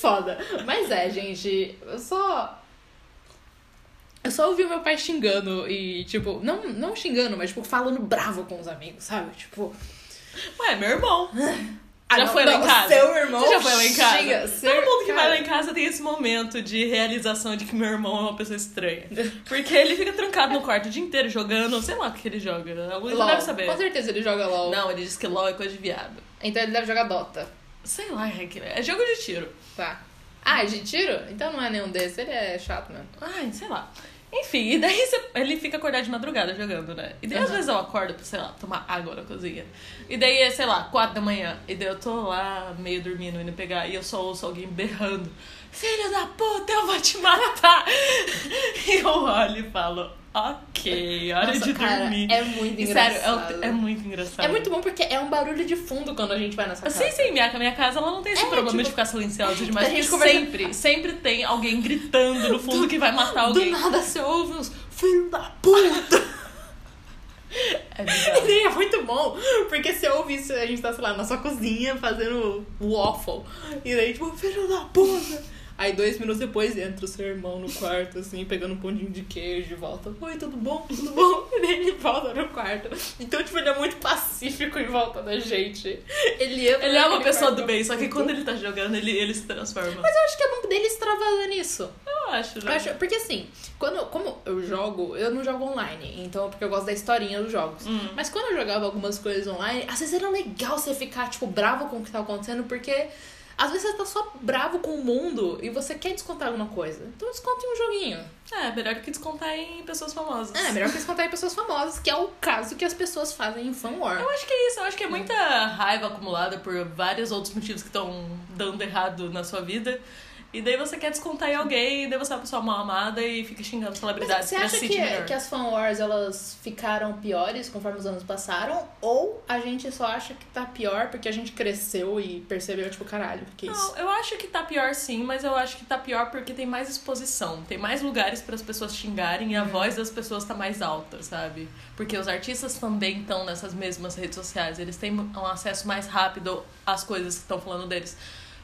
Speaker 2: Foda. Mas é, gente, eu só. Eu só ouvi o meu pai xingando e, tipo, não, não xingando, mas, tipo, falando bravo com os amigos, sabe? Tipo.
Speaker 1: Ué, meu irmão.
Speaker 2: ah,
Speaker 1: Já
Speaker 2: não,
Speaker 1: foi lá
Speaker 2: não,
Speaker 1: em casa?
Speaker 2: Seu irmão.
Speaker 1: Você já foi lá em casa?
Speaker 2: Xinga,
Speaker 1: Todo mundo que vai lá em casa tem esse momento de realização de que meu irmão é uma pessoa estranha. Porque ele fica trancado no quarto o dia inteiro jogando, sei lá o que ele joga. A Luísa deve saber.
Speaker 2: Com certeza ele joga LOL.
Speaker 1: Não, ele diz que LOL é coisa de viado.
Speaker 2: Então ele deve jogar Dota.
Speaker 1: Sei lá, é, que- é jogo de tiro.
Speaker 2: Tá. Ah, é de tiro? Então não é nenhum desses, ele é chato mesmo.
Speaker 1: Ai, sei lá. Enfim, e daí você- ele fica acordado de madrugada jogando, né? E daí às
Speaker 2: Aham.
Speaker 1: vezes eu acordo pra, sei lá, tomar água na cozinha. E daí é, sei lá, quatro da manhã. E daí eu tô lá, meio dormindo, indo pegar. E eu só ouço alguém berrando: Filho da puta, eu vou te matar! e eu olho e falo: Ok, hora
Speaker 2: Nossa,
Speaker 1: de
Speaker 2: cara,
Speaker 1: dormir.
Speaker 2: É muito
Speaker 1: E sério,
Speaker 2: engraçado.
Speaker 1: é o- é, muito engraçado.
Speaker 2: É muito bom porque é um barulho de fundo quando a gente vai nessa casa.
Speaker 1: Sim, sim, minha, minha casa ela não tem esse
Speaker 2: É,
Speaker 1: problema
Speaker 2: tipo,
Speaker 1: de ficar silenciosa demais.
Speaker 2: a gente
Speaker 1: porque
Speaker 2: conversa-
Speaker 1: sempre, sempre tem alguém gritando no fundo que vai matar alguém.
Speaker 2: Do nada você ouve uns filho da puta.
Speaker 1: É bizarro.
Speaker 2: E é muito bom, porque você ouve isso, a gente tá, sei lá, na sua cozinha fazendo waffle. E daí, tipo, filho da puta. Aí dois minutos depois entra o seu irmão no quarto, assim, pegando um pondinho de queijo de volta. Oi, tudo bom? Tudo bom? E daí ele volta no quarto. Então, tipo, ele é muito pacífico em volta da gente. Ele, entra
Speaker 1: Ele é uma
Speaker 2: naquele
Speaker 1: pessoa
Speaker 2: quarto
Speaker 1: do bem, só que
Speaker 2: puto.
Speaker 1: quando ele tá jogando, ele, ele se transforma.
Speaker 2: Mas eu acho que é bom dele extravasar nisso.
Speaker 1: Eu acho,
Speaker 2: Eu
Speaker 1: né?
Speaker 2: acho- porque assim, quando, como eu jogo, eu não jogo online, então porque eu gosto da historinha dos jogos.
Speaker 1: Hum.
Speaker 2: Mas quando eu jogava algumas coisas online, às vezes era legal você ficar, tipo, bravo com o que tá acontecendo, porque às vezes você tá só bravo com o mundo e você quer descontar alguma coisa. Então desconta em um joguinho.
Speaker 1: É, melhor do que descontar em pessoas famosas.
Speaker 2: É, melhor que descontar em pessoas famosas, que é o caso que as pessoas fazem em fan war.
Speaker 1: Eu acho que é isso, eu acho que é muita raiva acumulada por vários outros motivos que estão dando errado na sua vida. E daí você quer descontar em alguém, e daí você é uma pessoa mal amada e fica xingando
Speaker 2: Mas
Speaker 1: celebridades
Speaker 2: você
Speaker 1: pra
Speaker 2: acha
Speaker 1: se sentir
Speaker 2: que, é
Speaker 1: melhor.
Speaker 2: que as fan wars elas ficaram piores conforme os anos passaram? Ou a gente só acha que tá pior porque a gente cresceu e percebeu, tipo, caralho, que isso?
Speaker 1: Não, eu acho que tá pior sim, mas eu acho que tá pior porque tem mais exposição, tem mais lugares para as pessoas xingarem e a
Speaker 2: Uhum.
Speaker 1: voz das pessoas tá mais alta, sabe? Porque os artistas também estão nessas mesmas redes sociais, eles têm um acesso mais rápido às coisas que estão falando deles.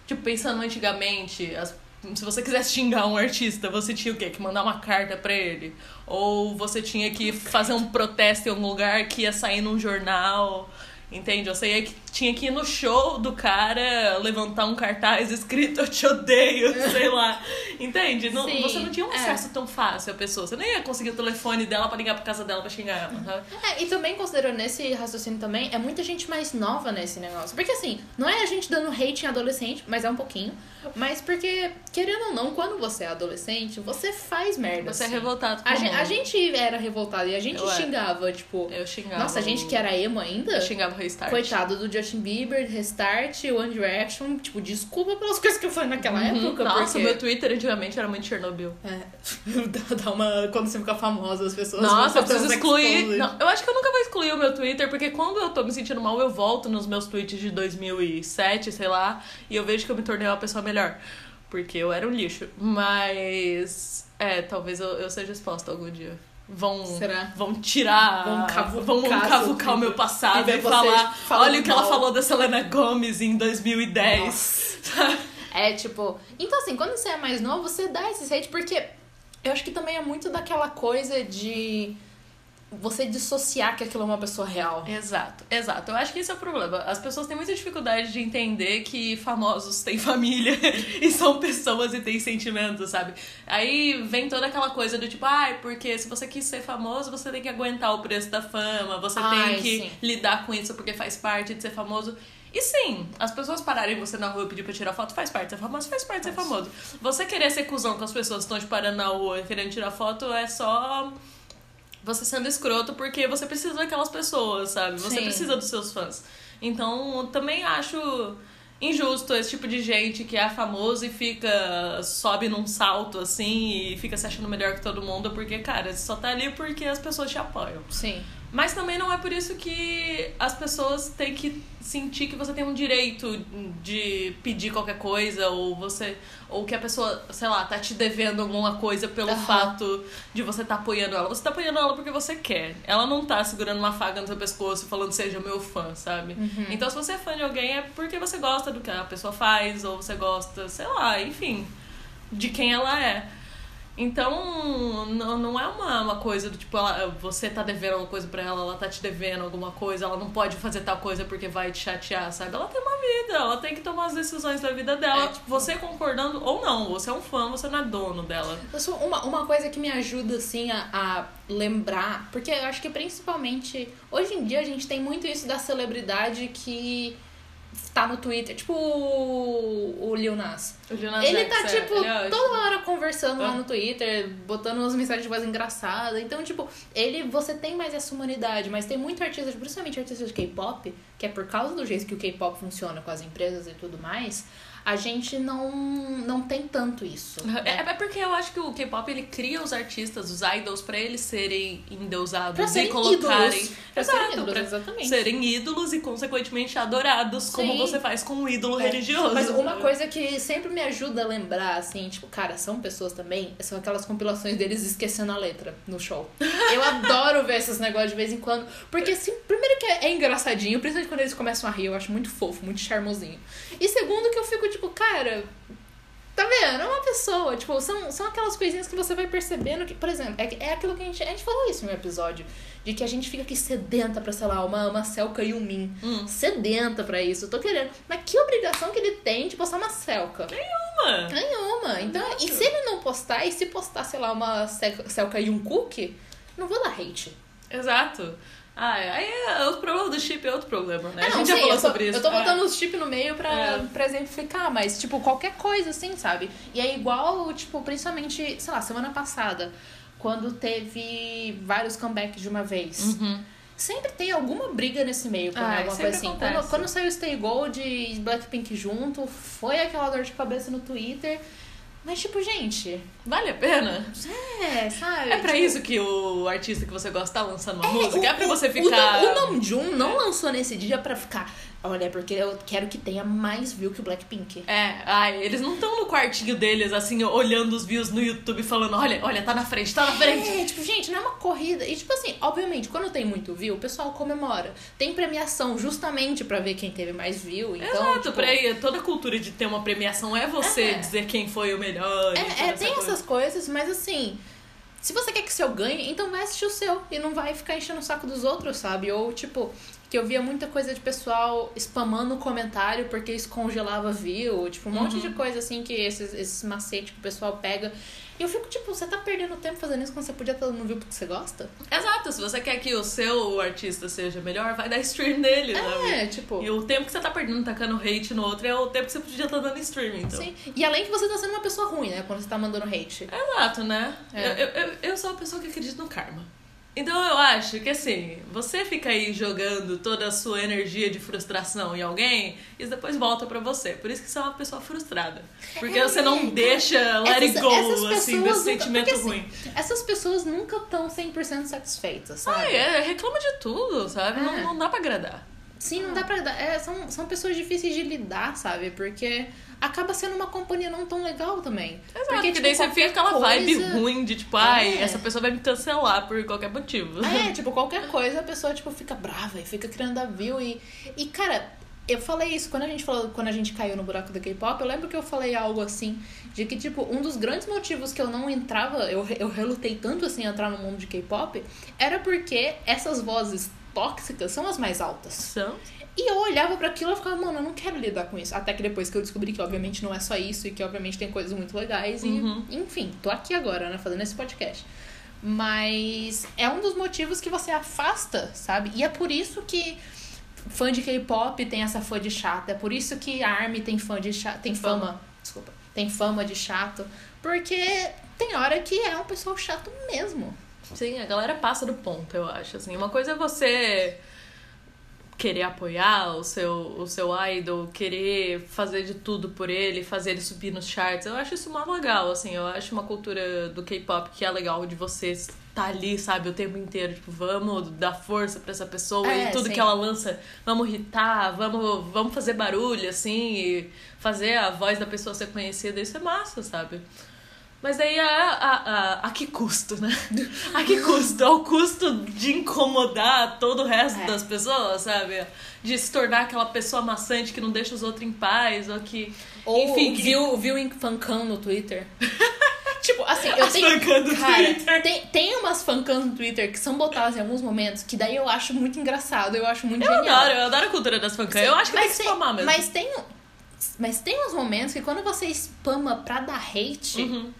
Speaker 1: Tipo, pensando antigamente, as- se você quisesse xingar um artista, você tinha o quê? Que mandar uma carta pra ele. um Ou você tinha que fazer um protesto em algum lugar que ia sair num jornal. Entende? Eu sei que tinha que ir no show do cara levantar um cartaz escrito Eu te odeio, sei lá. Entende? Não-
Speaker 2: Sim,
Speaker 1: você não tinha um
Speaker 2: é.
Speaker 1: acesso tão fácil à pessoa. Você nem ia conseguir o telefone dela pra ligar pra casa dela pra xingar ela, sabe?
Speaker 2: É, e também considerando nesse raciocínio também, é muita gente mais nova nesse negócio. Porque assim, não é a gente dando hate em adolescente, mas é um pouquinho. Mas porque, querendo ou não, quando você é adolescente, você faz merda.
Speaker 1: Você é
Speaker 2: assim.
Speaker 1: revoltado com
Speaker 2: a,
Speaker 1: o
Speaker 2: gen- a
Speaker 1: mundo.
Speaker 2: gente era revoltado e a gente
Speaker 1: Eu era.
Speaker 2: xingava, tipo.
Speaker 1: Eu xingava.
Speaker 2: Nossa, a gente
Speaker 1: o-
Speaker 2: que era emo ainda?
Speaker 1: Eu xingava o Restart.
Speaker 2: Coitado do Justin Bieber, Restart, One Direction. Tipo, desculpa pelas coisas que eu falei naquela
Speaker 1: Uhum.
Speaker 2: época.
Speaker 1: Nossa,
Speaker 2: porque...
Speaker 1: meu Twitter antigamente era muito Chernobyl.
Speaker 2: É, dá- dá uma. Quando você fica famosa, as pessoas. é
Speaker 1: Nossa,
Speaker 2: vão
Speaker 1: eu preciso
Speaker 2: fazer uns
Speaker 1: excluir.
Speaker 2: exposed.
Speaker 1: Não, eu acho que eu nunca vou excluir o meu Twitter, porque quando eu tô me sentindo mal, eu volto nos meus tweets de 2007, sei lá, e eu vejo que eu me tornei uma pessoa melhor. Porque eu era um lixo. Mas. É, talvez eu, eu seja exposta algum dia. Vão.
Speaker 2: Será?
Speaker 1: Vão tirar.
Speaker 2: Vão cavucar
Speaker 1: vão
Speaker 2: seu
Speaker 1: cavucar
Speaker 2: Twitter.
Speaker 1: o meu passado
Speaker 2: E
Speaker 1: e,
Speaker 2: ver vocês
Speaker 1: falar.
Speaker 2: falando
Speaker 1: Olha o que ela
Speaker 2: mal."
Speaker 1: falou da Selena Gomes em 2010.
Speaker 2: É, tipo. Então, assim, quando você é mais novo, você dá esse hate, porque eu acho que também é muito daquela coisa de você dissociar que aquilo é uma pessoa real.
Speaker 1: Exato, exato. Eu acho que esse é o problema. As pessoas têm muita dificuldade de entender que famosos têm família e são pessoas e têm sentimentos, sabe? Aí vem toda aquela coisa do tipo, ai, porque se você quis ser famoso, você tem que aguentar o preço da fama, você
Speaker 2: Ai,
Speaker 1: tem que
Speaker 2: sim.
Speaker 1: lidar com isso porque faz parte de ser famoso. E sim, as pessoas pararem você na rua e pedir pra tirar foto faz parte de ser famoso, faz parte de ser
Speaker 2: Faz.
Speaker 1: famoso. Você querer ser cuzão com as pessoas que estão te parando na rua e querendo tirar foto é só você sendo escroto porque você precisa daquelas pessoas, sabe? Você
Speaker 2: Sim.
Speaker 1: precisa dos seus fãs. Então, eu também acho injusto esse tipo de gente que é famoso e fica sobe num salto assim e fica se achando melhor que todo mundo, porque cara, você só tá ali porque as pessoas te apoiam.
Speaker 2: Sim.
Speaker 1: Mas também não é por isso que as pessoas têm que sentir que você tem um direito de pedir qualquer coisa ou você ou que a pessoa, sei lá, tá te devendo alguma coisa pelo
Speaker 2: Aham.
Speaker 1: fato de você tá apoiando ela. Você tá apoiando ela porque você quer. Ela não tá segurando uma faga no seu pescoço e falando seja meu fã, sabe?
Speaker 2: Uhum.
Speaker 1: Então se você é fã de alguém é porque você gosta do que a pessoa faz ou você gosta, sei lá, enfim, de quem ela é. Então, não, não é uma, uma coisa do tipo, ela, você tá devendo alguma coisa pra ela, ela tá te devendo alguma coisa, ela não pode fazer tal coisa porque vai te chatear, sabe? Ela tem uma vida, ela tem que tomar as decisões da vida dela,
Speaker 2: É, tipo-
Speaker 1: você concordando ou não, você é um fã, você não é dono dela.
Speaker 2: Eu sou uma, uma coisa que me ajuda, assim, a, a lembrar, porque eu acho que principalmente hoje em dia a gente tem muito isso da celebridade que tá no Twitter, tipo o, o Lil Nas.
Speaker 1: O Lil Nas
Speaker 2: ele
Speaker 1: X,
Speaker 2: tá,
Speaker 1: é,
Speaker 2: tipo,
Speaker 1: ele é ótimo.
Speaker 2: toda hora conversando lá
Speaker 1: Ah.
Speaker 2: no Twitter, botando umas mensagens de voz engraçada. Então, tipo, ele, você tem mais essa humanidade, mas tem muito artista, principalmente artistas de K-pop, que é por causa do jeito que o K-pop funciona com as empresas e tudo mais, a gente não, não tem tanto isso.
Speaker 1: É, é porque eu acho que o K-pop ele cria os artistas, os idols, pra eles serem endeusados
Speaker 2: Pra serem
Speaker 1: e colocarem.
Speaker 2: ídolos. Pra serem
Speaker 1: Exato,
Speaker 2: ídolos,
Speaker 1: pra
Speaker 2: exatamente.
Speaker 1: serem ídolos e, consequentemente, adorados, como
Speaker 2: Sim.
Speaker 1: você faz com um ídolo
Speaker 2: É.
Speaker 1: religioso.
Speaker 2: Mas uma
Speaker 1: né?
Speaker 2: coisa que sempre me ajuda a lembrar, assim, tipo, cara, são pessoas também, são aquelas compilações deles esquecendo a letra no show. Eu adoro ver esses negócios de vez em quando, porque, assim, primeiro que é engraçadinho, principalmente quando eles começam a rir, eu acho muito fofo, muito charmosinho. E segundo que eu fico, tipo, cara, Tá vendo? É uma pessoa. Tipo, são, são aquelas coisinhas que você vai percebendo que, por exemplo, é, é aquilo que a gente. A gente falou isso no episódio. De que a gente fica aqui sedenta pra, sei lá, uma, uma Selca e um Min.
Speaker 1: Hum.
Speaker 2: Sedenta pra isso. Eu tô querendo. Mas que obrigação que ele tem de postar uma Selca?
Speaker 1: Mano,
Speaker 2: Nenhuma. Então, e se ele não postar, e se postar, sei lá, uma Selca Selca e um Cookie, não vou dar hate.
Speaker 1: Exato. Ah, é- aí é, o problema do chip é outro problema, né?
Speaker 2: Ah,
Speaker 1: a
Speaker 2: não,
Speaker 1: gente
Speaker 2: sim,
Speaker 1: já falou
Speaker 2: eu tô-
Speaker 1: sobre isso.
Speaker 2: Eu tô
Speaker 1: é.
Speaker 2: botando os chip no meio pra,
Speaker 1: É.
Speaker 2: pra exemplificar, mas, tipo, qualquer coisa, assim, sabe? E é igual, tipo, principalmente, sei lá, semana passada, quando teve vários comebacks de uma vez.
Speaker 1: Uhum.
Speaker 2: Sempre tem alguma briga nesse meio, quando é
Speaker 1: Ah,
Speaker 2: alguma
Speaker 1: sempre
Speaker 2: coisa assim.
Speaker 1: acontece.
Speaker 2: Quando, quando saiu Stay Gold e Blackpink junto, foi aquela dor de cabeça no Twitter. Mas, tipo, gente,
Speaker 1: Vale a pena?
Speaker 2: é, sabe?
Speaker 1: É pra
Speaker 2: Tipo,
Speaker 1: isso que o artista que você gosta tá lançando uma
Speaker 2: É,
Speaker 1: música?
Speaker 2: o-
Speaker 1: é pra
Speaker 2: o-
Speaker 1: você
Speaker 2: o
Speaker 1: ficar.
Speaker 2: Nam- O Namjoon não lançou nesse dia pra ficar. Olha, é porque eu quero que tenha mais view que o Blackpink.
Speaker 1: É, ai, eles não estão no quartinho deles, assim, olhando os views no YouTube, falando: olha, olha, tá na frente, tá na frente.
Speaker 2: É, tipo, gente, não é uma corrida. E, tipo assim, obviamente, quando tem muito view, o pessoal comemora. Tem premiação justamente pra ver quem teve mais view. Então,
Speaker 1: Exato,
Speaker 2: tipo,
Speaker 1: pra aí, toda a cultura de ter uma premiação é você
Speaker 2: É.
Speaker 1: dizer quem foi o melhor. e toda
Speaker 2: É, é, tem
Speaker 1: coisa.
Speaker 2: essas coisas, mas assim, se você quer que o seu ganhe, então vai assistir o seu e não vai ficar enchendo o saco dos outros, sabe? Ou tipo, que eu via muita coisa de pessoal spamando o comentário porque isso congelava view, tipo, um monte
Speaker 1: Uhum.
Speaker 2: de coisa assim que esses, esses macetes que o pessoal pega. E eu fico tipo, você tá perdendo tempo fazendo isso quando você podia estar no view porque você gosta?
Speaker 1: Exato, se você quer que o seu artista seja melhor, vai dar stream nele, né?
Speaker 2: É, tipo.
Speaker 1: E o tempo que você tá perdendo tacando hate no outro é o tempo que você podia estar dando stream, então.
Speaker 2: Sim. E além que você tá sendo uma pessoa ruim, né? Quando você tá mandando hate.
Speaker 1: Exato, né?
Speaker 2: É.
Speaker 1: Eu, eu, eu- eu sou uma pessoa que acredita no karma. Então eu acho que assim, você fica aí jogando toda a sua energia de frustração em alguém, isso depois volta pra você. Por isso que você é uma pessoa frustrada. Porque
Speaker 2: É.
Speaker 1: você não deixa let it
Speaker 2: Essas-
Speaker 1: go,
Speaker 2: essas
Speaker 1: assim,
Speaker 2: pessoas
Speaker 1: desse
Speaker 2: nunca-
Speaker 1: sentimento
Speaker 2: porque, assim,
Speaker 1: ruim.
Speaker 2: Essas pessoas nunca estão 100% satisfeitas, sabe?
Speaker 1: Ai, é, reclama de tudo, sabe? Não,
Speaker 2: É.
Speaker 1: não dá pra agradar.
Speaker 2: Sim, não dá pra. dar- É, são, são pessoas difíceis de lidar, sabe? Porque acaba sendo uma companhia não tão legal também.
Speaker 1: Exato,
Speaker 2: porque tipo,
Speaker 1: porque, daí você
Speaker 2: qualquer
Speaker 1: fica aquela vibe
Speaker 2: coisa-
Speaker 1: ruim de tipo, ai,
Speaker 2: É.
Speaker 1: essa pessoa vai me cancelar por qualquer motivo.
Speaker 2: É, tipo, qualquer coisa a pessoa, tipo, fica brava e fica criando a view e... E, cara, eu falei isso quando a gente falou... Quando a gente caiu no buraco do K-pop, eu lembro que eu falei algo assim de que, tipo, um dos grandes motivos que eu não entrava... Eu, eu relutei tanto, assim, a entrar no mundo de K-pop era porque essas vozes tóxicas são as mais altas.
Speaker 1: São-
Speaker 2: E eu olhava pra aquilo e eu ficava, mano, eu não quero lidar com isso. Até que depois que eu descobri que, obviamente, não é só isso e que, obviamente, tem coisas muito legais. E,
Speaker 1: Uhum.
Speaker 2: enfim, tô aqui agora, né, fazendo esse podcast. Mas é um dos motivos que você afasta, sabe? E é por isso que fã de K-pop tem essa fã de chata. É por isso que a ARMY tem fã de chata. Tem fama. Desculpa. Tem fama de chato. Porque tem hora que é um pessoal chato mesmo.
Speaker 1: Sim, a galera passa do ponto, eu acho. Assim, uma coisa é você querer apoiar o seu, o seu idol, querer fazer de tudo por ele, fazer ele subir nos charts. Eu acho isso mó legal, assim. Eu acho uma cultura do K-pop que é legal de você estar ali, sabe, o tempo inteiro. Tipo, vamos dar força pra essa pessoa
Speaker 2: É,
Speaker 1: e tudo
Speaker 2: sim.
Speaker 1: que ela lança, vamos irritar, vamos, vamos fazer barulho, assim, e fazer a voz da pessoa ser conhecida. Isso é massa, sabe? Mas aí a, a, a, a que custo, né? A que custo? Ao custo de incomodar todo o resto
Speaker 2: É.
Speaker 1: das pessoas, sabe? De se tornar aquela pessoa maçante que não deixa os outros em paz, ou que.
Speaker 2: Ou
Speaker 1: Enfim, que-
Speaker 2: viu, viu em fancam no Twitter. tipo, assim, eu tenho.
Speaker 1: Espancando o
Speaker 2: Cara,
Speaker 1: Twitter.
Speaker 2: tem, tem umas fancams no Twitter que são botadas em alguns momentos que daí eu acho muito engraçado, eu acho muito
Speaker 1: Eu
Speaker 2: genial.
Speaker 1: adoro, eu adoro a cultura das fancãs. Eu acho que tem que spamar mesmo.
Speaker 2: Mas tem, mas tem uns momentos que quando você spama pra dar hate,
Speaker 1: Uhum.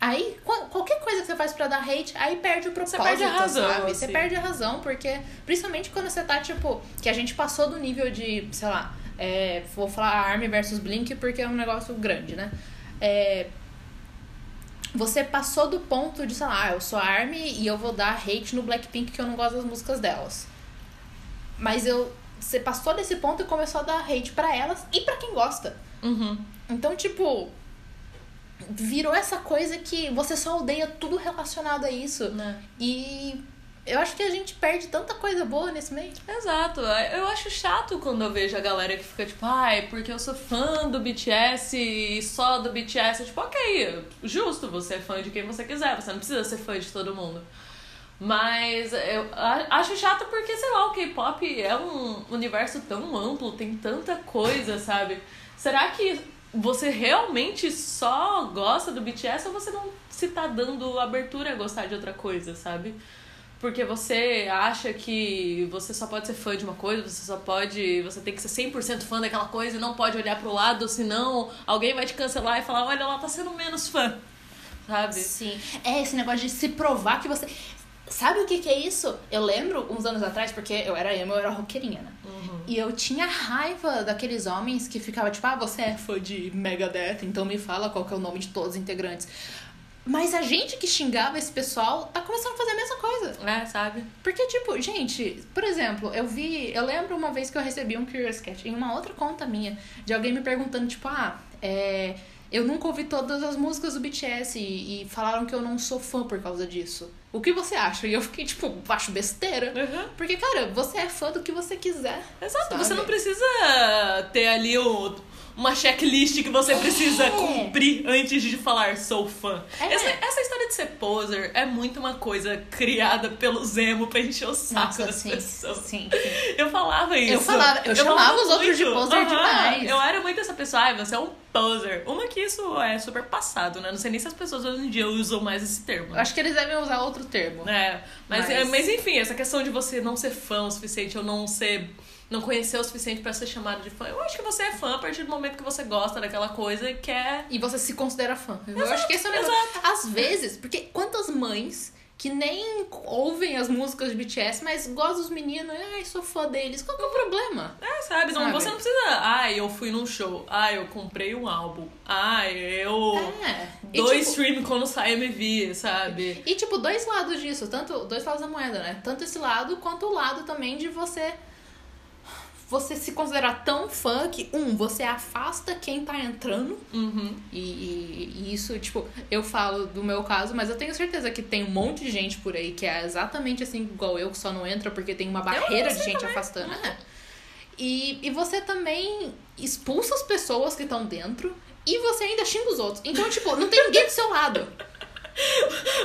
Speaker 2: aí qual- qualquer coisa que você faz pra dar hate, aí perde o propósito,
Speaker 1: perde a razão,
Speaker 2: sabe? Você
Speaker 1: assim.
Speaker 2: perde a razão, porque principalmente quando você tá, tipo, que a gente passou do nível de, sei lá, é, vou falar Army versus Blink porque é um negócio grande, né? É, você passou do ponto de, sei lá, ah, eu sou a Army e eu vou dar hate no Blackpink que eu não gosto das músicas delas. Mas eu você passou desse ponto e começou a dar hate pra elas e pra quem gosta.
Speaker 1: Uhum.
Speaker 2: Então, tipo, virou essa coisa que você só odeia tudo relacionado a isso.
Speaker 1: Né?
Speaker 2: E eu acho que a gente perde tanta coisa boa nesse meio.
Speaker 1: Exato. Eu acho chato quando eu vejo a galera que fica tipo, ai, porque eu sou fã do BTS e só do BTS. Tipo, ok, justo, você é fã de quem você quiser, você não precisa ser fã de todo mundo. Mas eu a- acho chato porque, sei lá, o K-pop é um universo tão amplo, tem tanta coisa, sabe? Será que você realmente só gosta do BTS ou você não se tá dando abertura a gostar de outra coisa, sabe? Porque você acha que você só pode ser fã de uma coisa, você só pode. Você tem que ser 100% fã daquela coisa e não pode olhar pro lado, senão alguém vai te cancelar e falar: olha, ela tá sendo menos fã, sabe?
Speaker 2: Sim. É esse negócio de se provar que você. Sabe o que, que é isso? Eu lembro uns anos atrás, porque eu era emo, eu era roqueirinha, né? E eu tinha raiva daqueles homens que ficava tipo, ah, você é fã de Megadeth, então me fala qual que é o nome de todos os integrantes. Mas a gente que xingava esse pessoal tá começando a fazer a mesma coisa.
Speaker 1: É, sabe?
Speaker 2: Porque, tipo, gente, por exemplo, eu vi. Eu lembro uma vez que eu recebi um Curious Cat em uma outra conta minha, de alguém me perguntando, tipo, ah, é, eu nunca ouvi todas as músicas do BTS e, e falaram que eu não sou fã por causa disso. O que você acha? E eu fiquei, tipo, acho besteira.
Speaker 1: Uhum.
Speaker 2: Porque, cara, você é fã do que você quiser.
Speaker 1: Exato,
Speaker 2: Sabe?
Speaker 1: você não precisa ter ali o, uma checklist que você precisa
Speaker 2: É.
Speaker 1: cumprir antes de falar sou fã.
Speaker 2: É.
Speaker 1: Essa, essa história de ser poser é muito uma coisa criada pelo Zemo pra encher o saco
Speaker 2: Nossa,
Speaker 1: das
Speaker 2: sim,
Speaker 1: pessoas.
Speaker 2: assim. sim.
Speaker 1: Eu falava isso.
Speaker 2: Eu falava- eu chamava os outros de poser
Speaker 1: aham.
Speaker 2: demais.
Speaker 1: Eu era muito essa pessoa, ai, você é um poser. Uma que isso é super passado, né? Não sei nem se as pessoas hoje em dia usam mais esse termo.
Speaker 2: Eu acho que eles devem usar outro termo.
Speaker 1: É, mas,
Speaker 2: Mas-
Speaker 1: é, mas enfim, essa questão de você não ser fã o suficiente ou não ser. não conhecer o suficiente pra ser chamado de fã. Eu acho que você é fã a partir do momento que você gosta daquela coisa e quer.
Speaker 2: E você se considera fã. Eu acho que esse é o negócio. Às vezes, porque quantas mães que nem ouvem as músicas de BTS, mas gostam dos meninos, e, ai, sou fã deles, qual que é o problema?
Speaker 1: É, sabe? Não,
Speaker 2: Sabe.
Speaker 1: Você não precisa. Ai, eu fui num show. Ai, eu comprei um álbum. Ai, eu.
Speaker 2: É. E,
Speaker 1: Dou
Speaker 2: tipo,
Speaker 1: stream quando sai MV, sabe?
Speaker 2: E, tipo, dois lados disso, tanto dois lados da moeda, né? Tanto esse lado quanto o lado também de você você se considerar tão fã que, um, você afasta quem tá entrando.
Speaker 1: Uhum.
Speaker 2: E, e- e isso, tipo, eu falo do meu caso, mas eu tenho certeza que tem um monte de gente por aí que é exatamente assim igual eu, que só não entra porque tem uma barreira de gente afastando.
Speaker 1: É.
Speaker 2: né? E, e você também expulsa as pessoas que estão dentro e você ainda xinga os outros. Então, tipo, não tem ninguém do seu lado.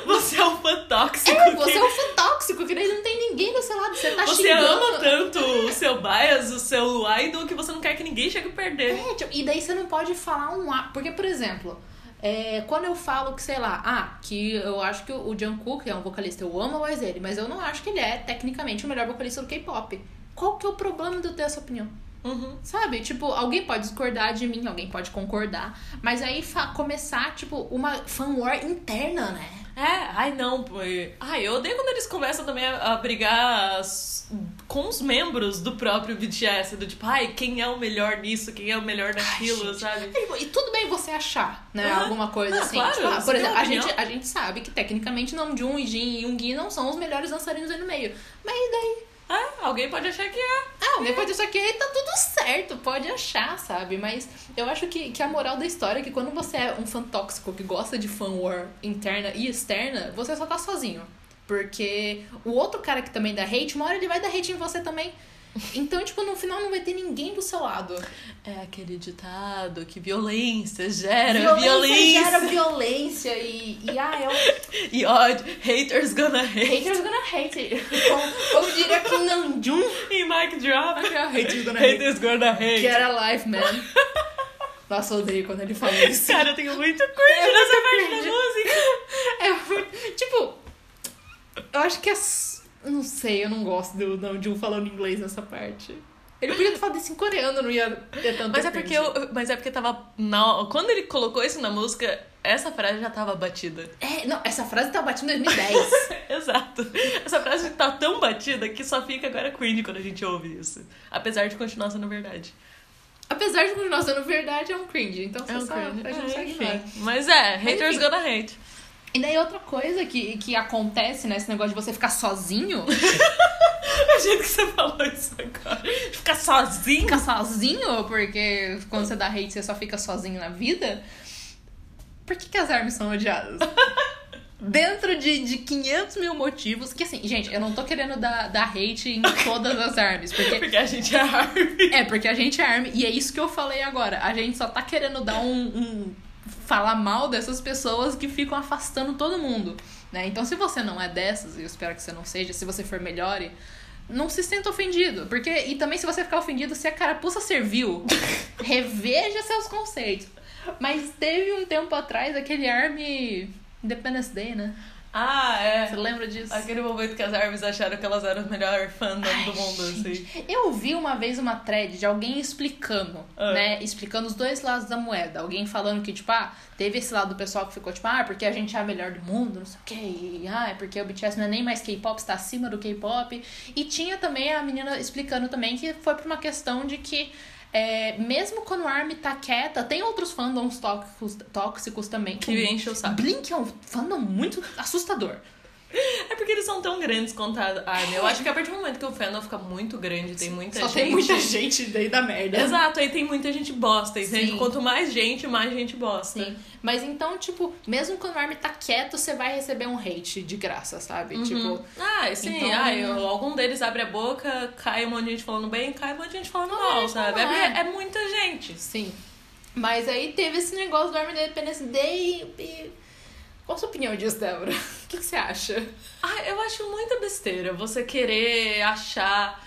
Speaker 1: Você é um fã tóxico.
Speaker 2: É,
Speaker 1: que-
Speaker 2: você é um fã tóxico, que daí não tem ninguém do seu lado, você tá
Speaker 1: você
Speaker 2: xingando.
Speaker 1: ama tanto o seu bias, o seu idol, que você não quer que ninguém chegue perto dele.
Speaker 2: É, tipo, e daí você não pode falar um A. Porque, por exemplo, é, quando eu falo que, sei lá, ah, que eu acho que o Jungkook é um vocalista, eu amo a voz dele, mas eu não acho que ele é tecnicamente o melhor vocalista do K-pop. Qual que é o problema de eu ter essa opinião?
Speaker 1: Uhum.
Speaker 2: Sabe? Tipo, alguém pode discordar de mim, alguém pode concordar, mas aí fa- começar, tipo, uma fan war interna, né?
Speaker 1: É, ai não, pô. e- Ai, eu odeio quando eles começam também a, a brigar as- com os membros do próprio BTS, do tipo, ai, quem é o melhor nisso, quem é o melhor naquilo,
Speaker 2: gente.
Speaker 1: sabe?
Speaker 2: É, tipo, E tudo bem você achar, né?
Speaker 1: Ah,
Speaker 2: alguma coisa
Speaker 1: ah,
Speaker 2: assim.
Speaker 1: claro,
Speaker 2: Tipo, ah,
Speaker 1: você
Speaker 2: por
Speaker 1: tem
Speaker 2: exemplo,
Speaker 1: uma
Speaker 2: a gente,
Speaker 1: opinião?
Speaker 2: a gente sabe que tecnicamente Namjoon e Jin e Yoongi não são os melhores dançarinos aí no meio. Mas e daí?
Speaker 1: É, alguém pode achar que é.
Speaker 2: Ah, depois disso aqui tá tudo certo, pode achar, sabe? Mas eu acho que, que a moral da história é que quando você é um fã tóxico que gosta de fan war interna e externa, você só tá sozinho. Porque o outro cara que também dá hate, uma hora ele vai dar hate em você também. Então, tipo, no final não vai ter ninguém do seu lado.
Speaker 1: É aquele ditado que violência gera
Speaker 2: Violência
Speaker 1: violência.
Speaker 2: gera violência e, e ah, eu
Speaker 1: E ódio, haters gonna hate.
Speaker 2: Haters gonna hate. Como, como diria Kim Namjoon.
Speaker 1: E mic drop.
Speaker 2: Haters gonna
Speaker 1: Hum.
Speaker 2: hate.
Speaker 1: Haters gonna hate.
Speaker 2: Get alive, man. Nossa, eu odeio quando ele fala isso.
Speaker 1: Cara, eu tenho muito cringe
Speaker 2: É
Speaker 1: nessa
Speaker 2: muito
Speaker 1: parte
Speaker 2: cringe.
Speaker 1: da música.
Speaker 2: É muito... Tipo... Eu acho que é... s- Não sei, eu não gosto do Namjoon falando inglês nessa parte. Ele podia ter falado isso em coreano, não ia ter tanto
Speaker 1: Mas é porque
Speaker 2: cringe.
Speaker 1: eu, mas é porque tava na, quando ele colocou isso na música, essa frase já tava batida.
Speaker 2: É, não, essa frase tá batendo em 2010.
Speaker 1: Exato. Essa frase tá tão batida que só fica agora cringe quando a gente ouve isso, apesar de continuar sendo verdade.
Speaker 2: Apesar de continuar sendo verdade, é um cringe. Então, você
Speaker 1: É um
Speaker 2: só,
Speaker 1: cringe.
Speaker 2: a gente só
Speaker 1: Ah,
Speaker 2: ignora.
Speaker 1: enfim. Mas é, haters
Speaker 2: enfim.
Speaker 1: gonna hate.
Speaker 2: E daí outra coisa que, que acontece, né? Esse negócio de você ficar sozinho.
Speaker 1: O jeito que você falou isso agora. Ficar sozinho.
Speaker 2: fica sozinho, porque quando você dá hate, você só fica sozinho na vida. Por que, que as armas são odiadas? Dentro de, de 500 mil motivos, que assim, gente, eu não tô querendo dar, dar hate em todas as armas, porque.
Speaker 1: Porque a gente é Harvey.
Speaker 2: É, porque a gente é arme, e é isso que eu falei agora. A gente só tá querendo dar um. um- falar mal dessas pessoas que ficam afastando todo mundo, né? Então, se você não é dessas, e eu espero que você não seja, se você for melhore, não se sinta ofendido. Porque, e também se você ficar ofendido, se a carapuça serviu, reveja seus conceitos. Mas teve um tempo atrás aquele Army Independence Day, né?
Speaker 1: Ah, é.
Speaker 2: Você lembra disso?
Speaker 1: Aquele momento que as Harveys acharam que elas eram o melhor fandom
Speaker 2: Ai,
Speaker 1: do mundo, assim.
Speaker 2: gente. Eu vi uma vez uma thread de alguém explicando,
Speaker 1: Ah.
Speaker 2: né? Explicando os dois lados da moeda. Alguém falando que, tipo, ah, teve esse lado do pessoal que ficou, tipo, ah, porque a gente é a melhor do mundo, não sei o quê. E, ah, é porque o BTS não é nem mais K-pop, está acima do K-pop. E tinha também a menina explicando também que foi por uma questão de que. é, mesmo quando o ARMY tá quieta, tem outros fandoms tóxicos, tóxicos também.
Speaker 1: Que enche o saco.
Speaker 2: Blink é um fandom muito assustador.
Speaker 1: É porque eles são tão grandes quanto a Armin. Eu acho que a partir do momento que o fandom fica muito grande, tem muita
Speaker 2: Só
Speaker 1: gente.
Speaker 2: tem muita gente daí da merda.
Speaker 1: Exato, aí tem muita gente bosta, entende?
Speaker 2: Sim.
Speaker 1: Quanto mais gente, mais gente bosta.
Speaker 2: Sim. Mas então, tipo, mesmo quando o Armin tá quieto, você vai receber um hate de graça, sabe? Tipo,
Speaker 1: Ah, sim,
Speaker 2: Então-
Speaker 1: ah, eu- algum deles abre a boca, cai um monte de gente falando bem, cai um monte de gente falando mal,
Speaker 2: mas
Speaker 1: sabe?
Speaker 2: não
Speaker 1: É,
Speaker 2: é.
Speaker 1: é muita gente.
Speaker 2: sim. Mas aí teve esse negócio do Army Independence Day assim, e... Qual a sua opinião disso, Débora? O que, que você acha?
Speaker 1: Ah, eu acho muita besteira você querer achar.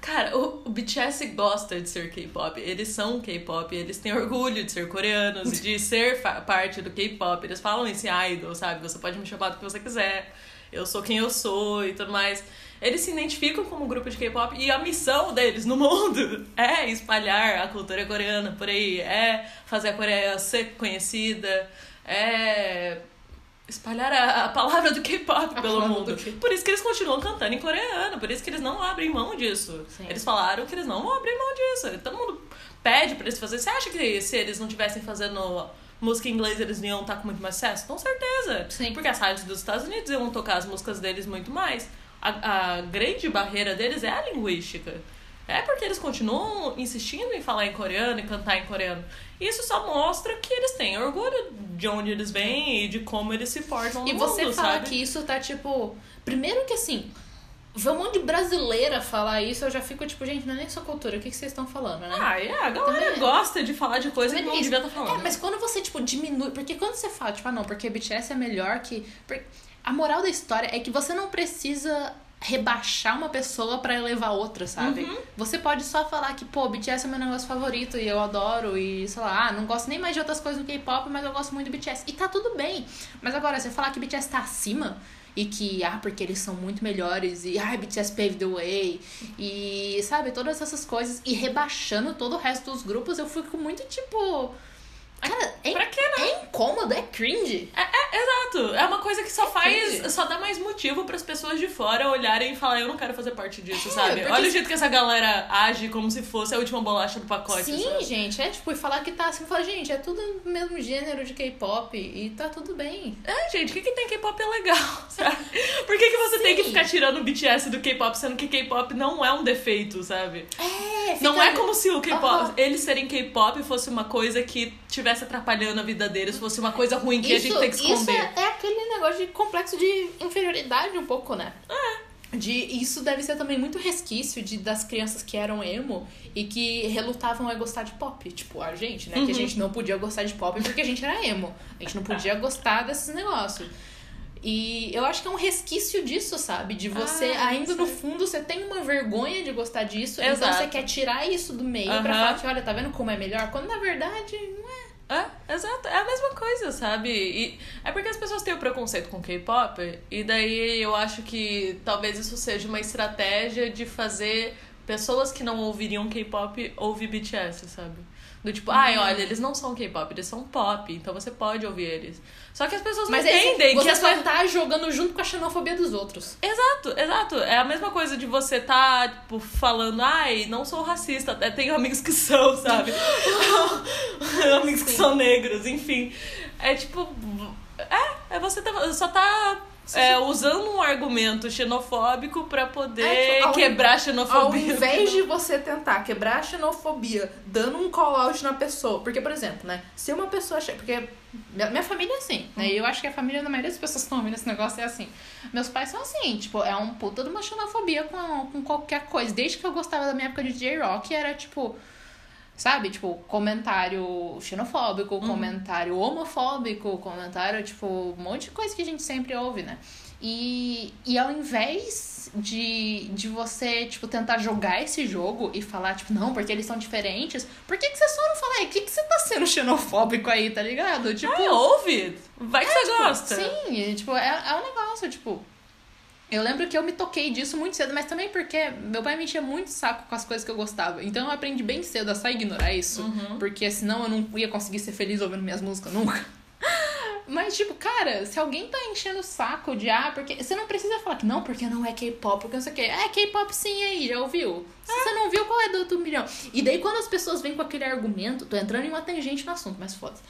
Speaker 1: Cara, o, o BTS gosta de ser K-pop. Eles são K-pop, eles têm orgulho de ser coreanos, e de ser fa- parte do K-pop. Eles falam esse idol, sabe? Você pode me chamar do que você quiser. Eu sou quem eu sou e tudo mais. Eles se identificam como um grupo de K-pop e a missão deles no mundo é espalhar a cultura coreana por aí, é fazer a Coreia ser conhecida, é espalhar a, a palavra do K-pop
Speaker 2: A
Speaker 1: pelo
Speaker 2: palavra
Speaker 1: mundo.
Speaker 2: do K-pop.
Speaker 1: Por isso que eles continuam cantando em coreano, por isso que eles não abrem mão disso.
Speaker 2: Sim.
Speaker 1: Eles falaram que eles não vão abrir mão disso. Todo mundo pede pra eles fazer. Você acha que se eles não tivessem fazendo música em inglês, eles não iam estar com muito mais sucesso? Com certeza.
Speaker 2: Sim.
Speaker 1: Porque as rádios dos Estados Unidos iam tocar as músicas deles muito mais. A, a grande barreira deles é a linguística. É porque eles continuam insistindo em falar em coreano e cantar em coreano. Isso só mostra que eles têm orgulho de onde eles vêm e de como eles se portam
Speaker 2: E
Speaker 1: no
Speaker 2: você
Speaker 1: mundo,
Speaker 2: falar
Speaker 1: sabe?
Speaker 2: que isso tá tipo. Primeiro que assim. Vê um monte de brasileira falar isso, eu já fico tipo, gente, não é nem sua cultura, o que, que vocês estão falando, né?
Speaker 1: Ah, é, a galera
Speaker 2: Também-
Speaker 1: gosta de falar de coisa que não
Speaker 2: Isso.
Speaker 1: devia estar falando.
Speaker 2: É, mas quando você, tipo, diminui. Porque quando você fala, tipo, ah, não, porque BTS é melhor que. por- A moral da história é que você não precisa rebaixar uma pessoa pra elevar outra, sabe? Você pode só falar que, pô, BTS é meu negócio favorito e eu adoro e sei lá, ah, não gosto nem mais de outras coisas do K-pop, mas eu gosto muito do BTS. E tá tudo bem. Mas agora, você falar que BTS tá acima e que, ah, porque eles são muito melhores e, ah, BTS paved the way e, sabe, todas essas coisas e rebaixando todo o resto dos grupos, eu fico muito tipo. Cara, é,
Speaker 1: Pra que, né?
Speaker 2: é incômodo, é cringe.
Speaker 1: É, é, exato. É uma coisa que só
Speaker 2: cringe.
Speaker 1: faz. Só dá mais motivo pras pessoas de fora olharem e falar, eu não quero fazer parte disso,
Speaker 2: É,
Speaker 1: sabe?
Speaker 2: porque
Speaker 1: Olha o
Speaker 2: se-
Speaker 1: jeito que essa galera age como se fosse a última bolacha do pacote.
Speaker 2: Sim,
Speaker 1: sabe?
Speaker 2: gente, é tipo, e falar que tá assim, falar, gente, é tudo o mesmo gênero de K-pop e tá tudo bem.
Speaker 1: É, gente, o que, que tem K-pop é legal, sabe? Por que, que você tem que
Speaker 2: Sim.
Speaker 1: ficar tirando o BTS do K-pop, sendo que K-pop não é um defeito, sabe?
Speaker 2: É, fica-
Speaker 1: Não é como se o K-pop,
Speaker 2: Aham.
Speaker 1: eles serem K-pop fosse uma coisa que tivesse atrapalhando a vida deles, fosse uma coisa ruim que a gente tem que esconder.
Speaker 2: Isso é, é aquele negócio de complexo de inferioridade um pouco, né? De, isso deve ser também muito resquício de, das crianças que eram emo e que relutavam a gostar de pop. Tipo, a gente, né? Que a gente não podia gostar de pop porque a gente era emo. A gente não podia gostar desses negócios. E eu acho que é um resquício disso, sabe? De você,
Speaker 1: Ah,
Speaker 2: ainda no
Speaker 1: sim.
Speaker 2: fundo, você tem uma vergonha de gostar disso. Então
Speaker 1: Exato.
Speaker 2: você quer tirar isso do meio pra
Speaker 1: Aham.
Speaker 2: falar que, olha, tá vendo como é melhor? Quando na verdade não é.
Speaker 1: É, exato. É a mesma coisa, sabe? E é porque as pessoas têm o preconceito com K-pop, e daí eu acho que talvez isso seja uma estratégia de fazer pessoas que não ouviriam K-pop ouvir BTS, sabe? Do tipo, ai,
Speaker 2: Hum.
Speaker 1: olha, eles não são K-pop, eles são pop, então você pode ouvir eles. Só que as pessoas
Speaker 2: Mas
Speaker 1: não
Speaker 2: aí
Speaker 1: entendem
Speaker 2: você
Speaker 1: que as
Speaker 2: só tá jogando junto com a xenofobia dos outros.
Speaker 1: Exato, exato. É a mesma coisa de você tá, tipo, falando, ai, não sou racista, até tenho amigos que são, sabe? amigos que
Speaker 2: Sim.
Speaker 1: são negros, enfim. É tipo. É, é você tá, só tá. é, usando um argumento xenofóbico pra poder
Speaker 2: É, tipo, ao-
Speaker 1: quebrar a xenofobia.
Speaker 2: de você tentar quebrar a xenofobia dando um call-out na pessoa. Porque, por exemplo, né? Se uma pessoa. che- Porque minha minha família é assim, né? E eu acho que a família da maioria das pessoas que estão ouvindo esse negócio é assim. Meus pais são assim, tipo, é um puta de uma xenofobia com, com qualquer coisa. Desde que eu gostava da minha época de J-Rock, era tipo. Sabe? Tipo, comentário xenofóbico,
Speaker 1: Uhum.
Speaker 2: comentário homofóbico, comentário, tipo, um monte de coisa que a gente sempre ouve, né? E, e ao invés de, de você, tipo, tentar jogar esse jogo e falar, tipo, não, porque eles são diferentes, por que, que você só não fala aí? O que, que você tá sendo xenofóbico aí, tá ligado? Tipo,
Speaker 1: Ai, É, ouve! Vai que você gosta.
Speaker 2: É, Sim, e, tipo, é, é um negócio, tipo. Eu lembro que eu me toquei disso muito cedo, mas também porque meu pai me enchia muito o saco com as coisas que eu gostava. Então eu aprendi bem cedo a só ignorar isso, porque senão eu não ia conseguir ser feliz ouvindo minhas músicas nunca. Mas, tipo, cara, se alguém tá enchendo o saco de ah, porque. Você não precisa falar que não, porque não é K-pop, porque não sei o quê. É K-pop sim aí, já ouviu? Se você não viu, qual é do outro milhão? E daí quando as pessoas vêm com aquele argumento, tô entrando em uma tangente no assunto, mas foda-se.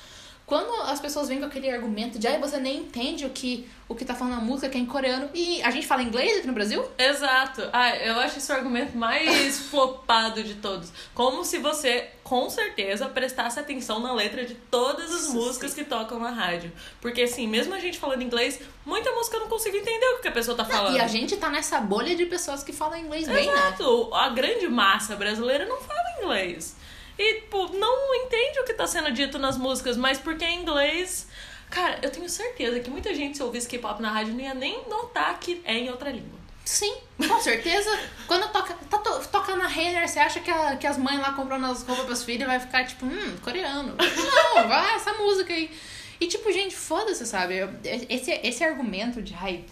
Speaker 2: Quando as pessoas vêm com aquele argumento de ah, você nem entende o que, o que tá falando na música, que é em coreano, e a gente fala inglês aqui no Brasil?
Speaker 1: Exato. Ah, eu acho esse o argumento mais flopado de todos. Como se você, com certeza, prestasse atenção na letra de todas as
Speaker 2: Sim.
Speaker 1: músicas que tocam na rádio. Porque, assim, mesmo a gente falando inglês, muita música eu não consigo entender o que a pessoa tá falando.
Speaker 2: E a gente tá nessa bolha de pessoas que falam inglês bem, né?
Speaker 1: Exato. A grande massa brasileira não fala inglês. E, tipo, não entende o que tá sendo dito nas músicas, mas porque em inglês. Cara, eu tenho certeza que muita gente, se ouvisse K-pop na rádio, não ia nem notar que é em outra língua.
Speaker 2: Sim, com certeza. Quando toca, tá to, toca na Renner, você acha que, a- que as mães lá comprando as roupas pras filhas vai ficar tipo, hum, coreano. Não, vai essa música aí. E tipo, gente, foda-se, sabe? Eu- Esse, esse argumento de ai,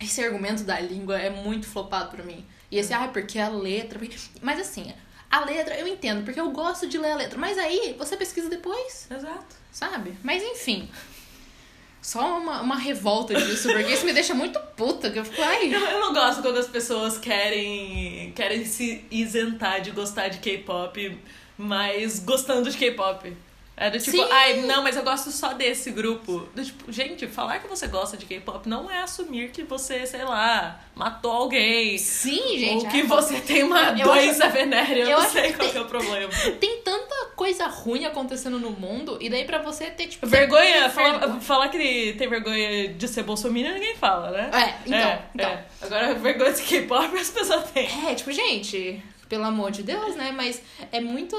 Speaker 2: esse argumento da língua é muito flopado pra mim. E esse, ai, porque a letra. porque-" Mas assim, a letra eu entendo, porque eu gosto de ler a letra. Mas aí você pesquisa depois
Speaker 1: Exato.
Speaker 2: sabe? Mas enfim. Só uma, uma revolta disso, porque isso me deixa muito puta, que eu fico,
Speaker 1: Eu,
Speaker 2: ai.
Speaker 1: eu não gosto quando as pessoas querem, querem se isentar de gostar de K-pop, mas gostando de K-pop. Era tipo,
Speaker 2: Sim.
Speaker 1: ai, não, mas eu gosto só desse grupo. Do Tipo, gente, falar que você gosta de K-pop não é assumir que você, sei lá, matou alguém.
Speaker 2: Sim, gente.
Speaker 1: ou que
Speaker 2: ai,
Speaker 1: você tem uma
Speaker 2: Eu- eu
Speaker 1: doença venérea, eu,
Speaker 2: eu
Speaker 1: não
Speaker 2: acho
Speaker 1: sei
Speaker 2: que
Speaker 1: qual
Speaker 2: tem-
Speaker 1: que é o problema.
Speaker 2: ah, Tem tanta coisa ruim acontecendo no mundo, e daí pra você ter, tipo.
Speaker 1: Vergonha,
Speaker 2: vergonha.
Speaker 1: falar, falar que tem vergonha de ser bolsominion, ninguém fala, né?
Speaker 2: É, então,
Speaker 1: É,
Speaker 2: então.
Speaker 1: é. Agora, vergonha de K-pop as pessoas têm.
Speaker 2: É, tipo, gente, pelo amor de Deus, né? Mas é muito.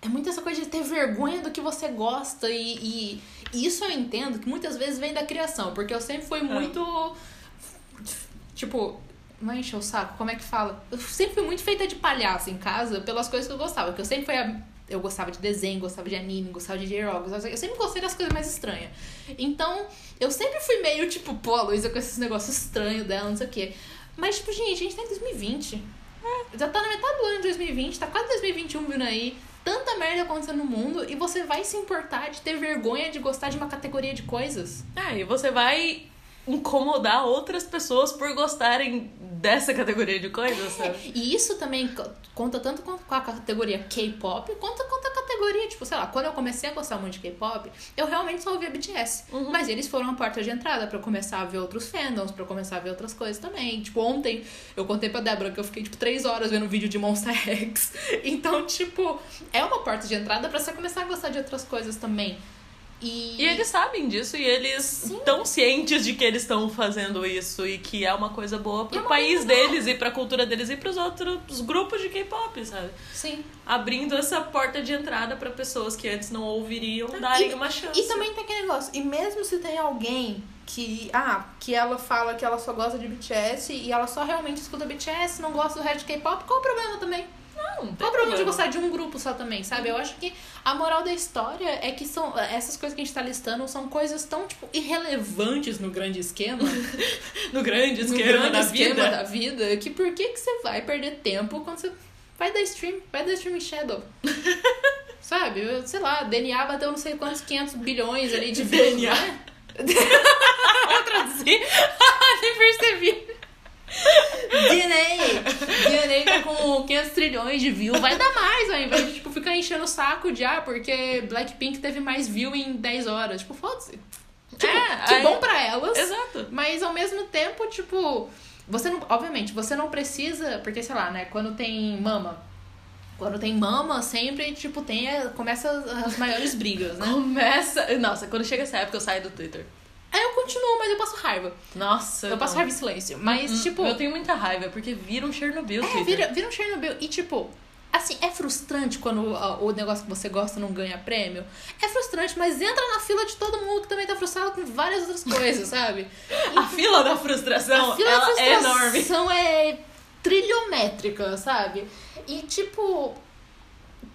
Speaker 2: É muito essa coisa de ter vergonha do que você gosta. E, e isso eu entendo que muitas vezes vem da criação, porque eu sempre fui muito. Tipo. Não enche o saco, como é que fala? Eu sempre fui muito feita de palhaço em casa pelas coisas que eu gostava. Porque eu sempre fui a- Eu gostava de desenho, gostava de anime, gostava de J-Rock. gostava- Eu sempre gostei das coisas mais estranhas. Então, eu sempre fui meio tipo, pô, a Luísa com esses negócios estranhos dela, não sei o quê. Mas, tipo, gente, a gente tá em 2020. Já tá na metade do ano de 2020, tá quase 2021 vindo aí. Tanta merda acontecendo no mundo e você vai se importar de ter vergonha de gostar de uma categoria de coisas.
Speaker 1: Ah, e você vai incomodar outras pessoas por gostarem dessa categoria de coisas, sabe?
Speaker 2: E isso também co- conta tanto com com a categoria K-pop, quanto com a categoria, tipo, sei lá, quando eu comecei a gostar muito de K-pop, eu realmente só ouvia BTS. Mas eles foram a porta de entrada pra eu começar a ver outros fandoms, pra eu começar a ver outras coisas também. Tipo, ontem eu contei pra Débora que eu fiquei, tipo, três horas vendo vídeo de Monster X. Então, tipo, é uma porta de entrada pra você começar a gostar de outras coisas também. E,
Speaker 1: E eles sabem disso e eles estão cientes de que eles estão fazendo isso e que é uma coisa boa
Speaker 2: E é
Speaker 1: pro
Speaker 2: uma
Speaker 1: país
Speaker 2: coisa
Speaker 1: deles e pra cultura deles e pros outros grupos de K-pop, sabe?
Speaker 2: Sim.
Speaker 1: Abrindo essa porta de entrada pra pessoas que antes não ouviriam darem
Speaker 2: E- é
Speaker 1: uma chance.
Speaker 2: E também tem aquele negócio, e mesmo se tem alguém que, ah, que ela fala que ela só gosta de BTS e ela só realmente escuta BTS, não gosta do resto de K-pop, qual o problema também?
Speaker 1: Não, não tem
Speaker 2: Qual o problema
Speaker 1: problema.
Speaker 2: de gostar de um grupo só também, sabe? Eu acho que a moral da história é que são essas coisas que a gente tá listando são coisas tão, tipo, irrelevantes no grande esquema,
Speaker 1: No grande
Speaker 2: no
Speaker 1: esquema
Speaker 2: grande
Speaker 1: da
Speaker 2: esquema
Speaker 1: vida.
Speaker 2: da vida, que por que que você vai perder tempo quando você vai dar stream, vai dar stream em Shadow? sabe? Eu- Sei lá, DNA bateu não sei quantos 500 bilhões ali de views,
Speaker 1: DNA.
Speaker 2: né? Eu traduzi, nem percebi. DNA! DNA tá com 500 trilhões de views. Vai dar mais, ao invés de tipo, ficar enchendo o saco de ah, porque Blackpink teve mais view em 10 horas. Tipo, foda-se. Tipo,
Speaker 1: É,
Speaker 2: que
Speaker 1: aí-
Speaker 2: bom pra elas.
Speaker 1: Exato.
Speaker 2: Mas ao mesmo tempo, tipo, você não. Obviamente, você não precisa. Porque, sei lá, né? Quando tem mama. Quando tem mama, sempre, tipo, tem. a- Começa as, as maiores brigas, né?
Speaker 1: Começa. Nossa, quando chega essa época eu saio do Twitter.
Speaker 2: Aí eu continuo, mas eu passo raiva.
Speaker 1: Nossa.
Speaker 2: Eu passo
Speaker 1: não.
Speaker 2: raiva em silêncio. Mas, tipo.
Speaker 1: Eu tenho muita raiva, porque vira um Chernobyl.
Speaker 2: É,
Speaker 1: Twitter.
Speaker 2: vira, vira um Chernobyl. E tipo, assim, é frustrante quando ó, o negócio que você gosta não ganha prêmio. É frustrante, mas entra na fila de todo mundo que também tá frustrado com várias outras coisas, sabe?
Speaker 1: A fila da frustração,
Speaker 2: um a fila
Speaker 1: ela
Speaker 2: da
Speaker 1: é enorme.
Speaker 2: frustração é, trilhométrica, sabe? E tipo,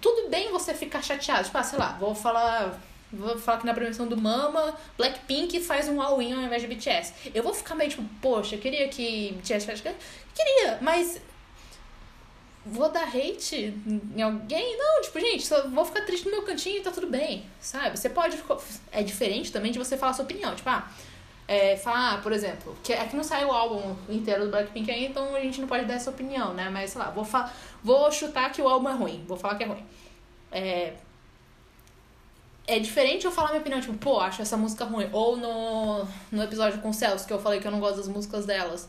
Speaker 2: tudo bem você ficar chateado. Tipo, ah, sei lá, vou falar. Vou falar que na premiação do Mama, Blackpink faz um all-in ao invés de BTS. Eu vou ficar meio tipo, poxa, eu queria que BTS tivesse ganho. Queria, mas. Vou dar hate em alguém? Não, tipo, gente, só vou ficar triste no meu cantinho e tá tudo bem, sabe? Você pode. ficar- É diferente também de você falar a sua opinião. Tipo, ah, é, falar, ah, por exemplo, que é que não saiu o álbum inteiro do Blackpink ainda, então a gente não pode dar essa opinião, né? Mas sei lá, vou, fa vou chutar que o álbum é ruim, vou falar que é ruim. É, é diferente eu falar minha opinião, tipo, pô, acho essa música ruim. Ou no, no episódio com o Celso, que eu falei que eu não gosto das músicas delas.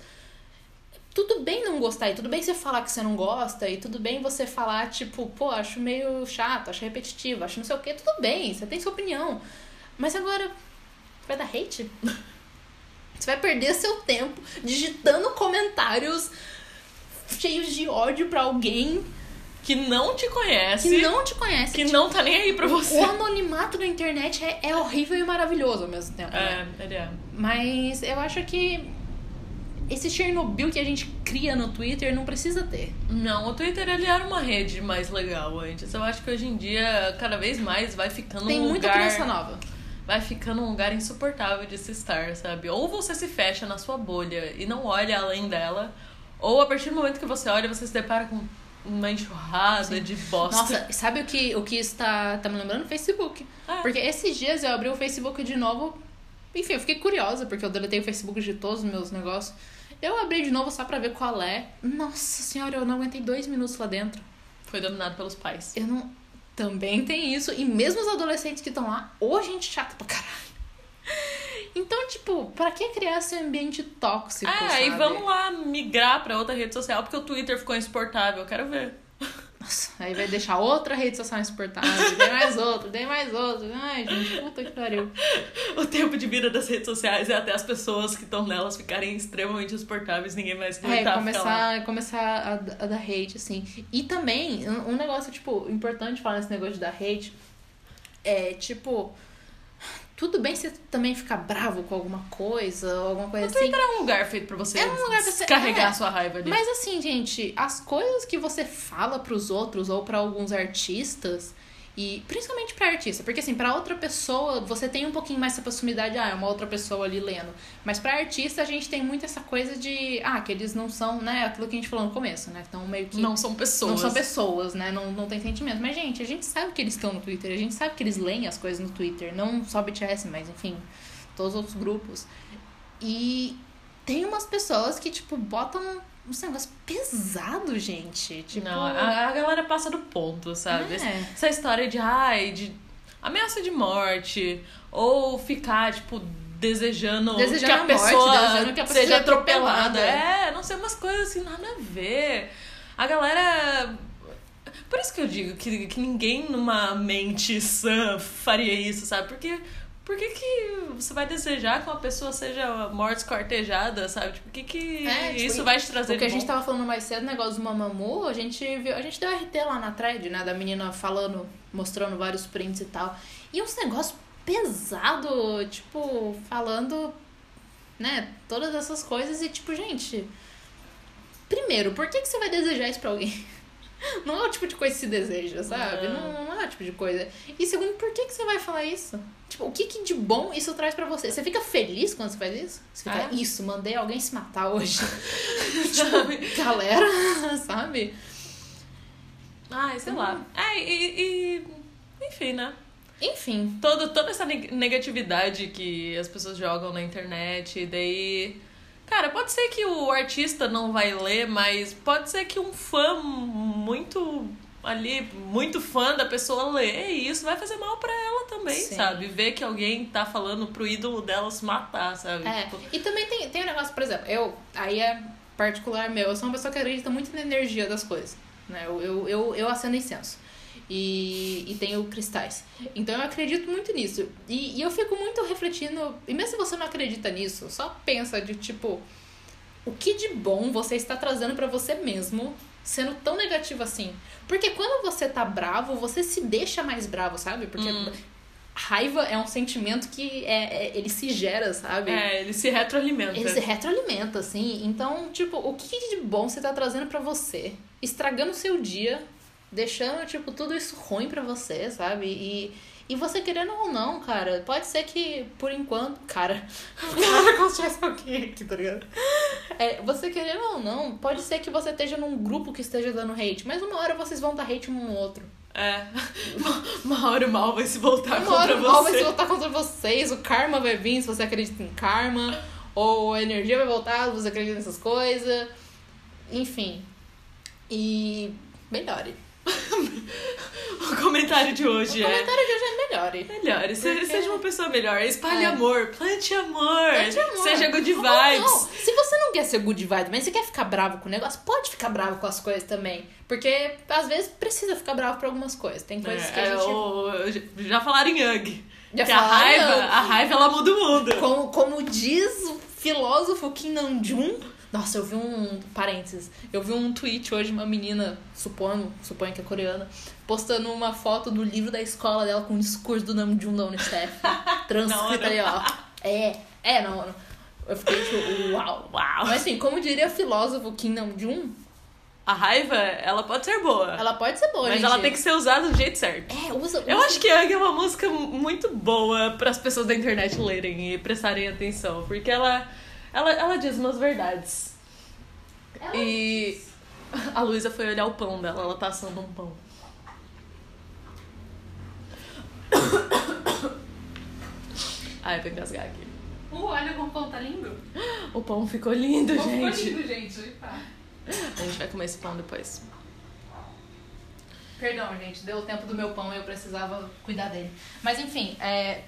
Speaker 2: Tudo bem não gostar, e tudo bem você falar que você não gosta, e tudo bem você falar, tipo, pô, acho meio chato, acho repetitivo, acho não sei o quê, tudo bem, você tem sua opinião. Mas agora, vai dar hate? Você vai perder seu tempo digitando comentários cheios de ódio pra alguém
Speaker 1: que não te conhece,
Speaker 2: Que não te conhece.
Speaker 1: que
Speaker 2: tipo,
Speaker 1: não tá nem aí pra você.
Speaker 2: O anonimato da internet é, é horrível e maravilhoso ao mesmo tempo. né?
Speaker 1: É, ele é.
Speaker 2: Mas eu acho que esse Chernobyl que a gente cria no Twitter não precisa ter.
Speaker 1: Não, o Twitter ele era uma rede mais legal antes. Eu acho que hoje em dia, cada vez mais, vai ficando
Speaker 2: Tem
Speaker 1: um
Speaker 2: muita
Speaker 1: lugar...
Speaker 2: criança nova.
Speaker 1: vai ficando um lugar insuportável de se estar, sabe? Ou você se fecha na sua bolha e não olha além dela, ou a partir do momento que você olha, você se depara com uma enxurrada de bosta.
Speaker 2: Nossa, sabe o que, o que está tá me lembrando? Facebook.
Speaker 1: Ah.
Speaker 2: Porque esses dias eu abri o Facebook de novo. Enfim, eu fiquei curiosa, porque eu deletei o Facebook de todos os meus negócios. Eu abri de novo só pra ver qual é. Nossa senhora, eu não aguentei dois minutos lá dentro.
Speaker 1: Foi dominado pelos pais.
Speaker 2: Eu não. Também tem isso. E mesmo os adolescentes que estão lá, ou gente chata pra caralho. Então, tipo, pra que criar esse ambiente tóxico?
Speaker 1: Ah, e
Speaker 2: sabe?
Speaker 1: vamos lá migrar pra outra rede social, porque o Twitter ficou insuportável, eu quero ver.
Speaker 2: Nossa, aí vai deixar outra rede social insuportável, daí mais outra, daí mais outra. Ai, gente, puta que pariu.
Speaker 1: O tempo de vida das redes sociais é até as pessoas que estão nelas ficarem extremamente insuportáveis, ninguém mais
Speaker 2: É,
Speaker 1: aguentar ficar lá.
Speaker 2: começar, começar a, a dar hate, assim. E também, um um negócio, tipo, importante falar nesse negócio de dar hate é, tipo, tudo bem você também ficar bravo com alguma coisa, ou alguma coisa
Speaker 1: O
Speaker 2: assim.
Speaker 1: Twitter é um lugar feito pra você
Speaker 2: É um lugar pra você-
Speaker 1: carregar
Speaker 2: é.
Speaker 1: sua raiva ali.
Speaker 2: Mas assim, gente, as coisas que você fala pros outros ou pra alguns artistas, e principalmente pra artista, porque assim, pra outra pessoa você tem um pouquinho mais essa proximidade, ah, é uma outra pessoa ali lendo. Mas pra artista a gente tem muito essa coisa de, ah, que eles não são, né, aquilo que a gente falou no começo, né? Então meio que
Speaker 1: Não são pessoas.
Speaker 2: não são pessoas, né? Não, não tem sentimento. Mas, gente, a gente sabe que eles estão no Twitter, a gente sabe que eles leem as coisas no Twitter, não só BTS, mas enfim, todos os outros grupos. E tem umas pessoas que, tipo, botam uns negócios pesados, gente. Tipo,
Speaker 1: Não, a, a galera passa do ponto, sabe?
Speaker 2: É.
Speaker 1: Essa história de, ai, de ameaça de morte, ou ficar, tipo, desejando,
Speaker 2: Desejando
Speaker 1: que, a
Speaker 2: a morte,
Speaker 1: pessoa
Speaker 2: desejando que a pessoa
Speaker 1: seja
Speaker 2: seja atropelada.
Speaker 1: atropelada. É, não sei, umas coisas assim, nada a ver. A galera. Por isso que eu digo que, que ninguém numa mente sã faria isso, sabe? Porque. Por que, que você vai desejar que uma pessoa seja morte escortejada, sabe? Tipo, por que, que
Speaker 2: É, tipo,
Speaker 1: isso vai te trazer
Speaker 2: O que a
Speaker 1: de bom?
Speaker 2: gente tava falando mais cedo, o negócio do Mamamoo, a gente viu, a gente deu RT lá na thread, né, da menina falando, mostrando vários prints e tal. E uns negócios pesado, tipo, falando, né, todas essas coisas e tipo, gente, primeiro, por que que você vai desejar isso pra alguém? Não é o tipo de coisa que se deseja, sabe?
Speaker 1: Não.
Speaker 2: Não, não é o tipo de coisa. E segundo, por que que você vai falar isso? Tipo, o que que de bom isso traz pra você? Você fica feliz quando você faz isso? Você fica,
Speaker 1: Ah.
Speaker 2: isso, mandei alguém se matar hoje. tipo, galera, sabe?
Speaker 1: Ai, sei
Speaker 2: Uhum.
Speaker 1: lá. É, e, e- Enfim, né?
Speaker 2: Enfim.
Speaker 1: Todo, toda essa neg- negatividade que as pessoas jogam na internet, e daí. Cara, pode ser que o artista não vai ler, mas pode ser que um fã muito ali, muito fã da pessoa lê, e isso vai fazer mal pra ela também,
Speaker 2: Sim.
Speaker 1: sabe? Ver que alguém tá falando pro ídolo dela se matar, sabe?
Speaker 2: É.
Speaker 1: Tipo,
Speaker 2: E também tem, tem um negócio, por exemplo, eu. Aí é particular meu, eu sou uma pessoa que acredita muito na energia das coisas. Né? Eu, eu, eu, eu acendo incenso. E, e tenho cristais. Então eu acredito muito nisso. E, e eu fico muito refletindo. E mesmo se você não acredita nisso, só pensa de tipo. O que de bom você está trazendo pra você mesmo sendo tão negativo assim? Porque quando você tá bravo, você se deixa mais bravo, sabe? Porque raiva é um sentimento que é, é- ele se gera, sabe?
Speaker 1: é, ele se retroalimenta.
Speaker 2: Ele se retroalimenta, assim. Então, tipo, o que de bom você tá trazendo pra você? Estragando o seu dia, deixando, tipo, tudo isso ruim pra você, sabe? E, e você querendo ou não, cara, pode ser que, por enquanto. Cara, cara, como se tivesse alguém aqui, tá ligado? É, você querendo ou não, pode ser que você esteja num grupo que esteja dando hate, mas uma hora vocês vão dar hate um no outro.
Speaker 1: É. Uma hora o mal vai se voltar
Speaker 2: Uma
Speaker 1: Tá contra
Speaker 2: hora o
Speaker 1: você.
Speaker 2: mal vai se voltar contra vocês, o karma vai vir se você acredita em karma, ou a energia vai voltar se você acredita nessas coisas. Enfim. E melhore.
Speaker 1: O comentário de hoje
Speaker 2: O
Speaker 1: é.
Speaker 2: comentário de hoje é melhore.
Speaker 1: Melhore, se-
Speaker 2: Porque-
Speaker 1: seja uma pessoa melhor, espalhe
Speaker 2: É.
Speaker 1: amor, plante amor,
Speaker 2: Plante é amor.
Speaker 1: seja é good
Speaker 2: Ou não,
Speaker 1: vibes.
Speaker 2: se você não quer ser good vibes, mas você quer ficar bravo com o negócio, pode ficar bravo com as coisas também. Porque às vezes precisa ficar bravo por algumas coisas. Tem coisas que
Speaker 1: É,
Speaker 2: a gente.
Speaker 1: o- já falaram em Young.
Speaker 2: Já
Speaker 1: que a
Speaker 2: falaram em
Speaker 1: raiva,
Speaker 2: Yang.
Speaker 1: a raiva ela muda o mundo.
Speaker 2: Como, como diz o filósofo Kim Nam-jun, Nossa, eu vi um. Parênteses. Eu vi um tweet hoje, uma menina, supondo, suponho que é coreana, postando uma foto do livro da escola dela com o discurso do Nam June da Unicef. Transcrita ali, ó. É, é, não. Eu fiquei tipo, uau.
Speaker 1: Uau!
Speaker 2: Mas assim, como diria o filósofo Kim Nam June,
Speaker 1: A raiva, ela pode ser boa.
Speaker 2: ela pode ser boa,
Speaker 1: mas
Speaker 2: gente.
Speaker 1: ela tem que ser usada do jeito certo.
Speaker 2: É, usa.
Speaker 1: Eu
Speaker 2: usa-
Speaker 1: acho que Young é uma música muito boa para as pessoas da internet lerem e prestarem atenção, porque ela, ela, ela diz umas verdades. E a Luísa foi olhar o pão dela, ela tá assando um pão. Ai, vou engasgar aqui.
Speaker 3: Uh, olha como o pão tá lindo.
Speaker 1: O pão ficou lindo,
Speaker 3: O pão ficou
Speaker 1: gente.
Speaker 3: lindo, gente. Tá.
Speaker 1: A gente vai comer esse pão depois.
Speaker 2: Perdão, gente, deu o tempo do meu pão e eu precisava cuidar dele. Mas enfim, é,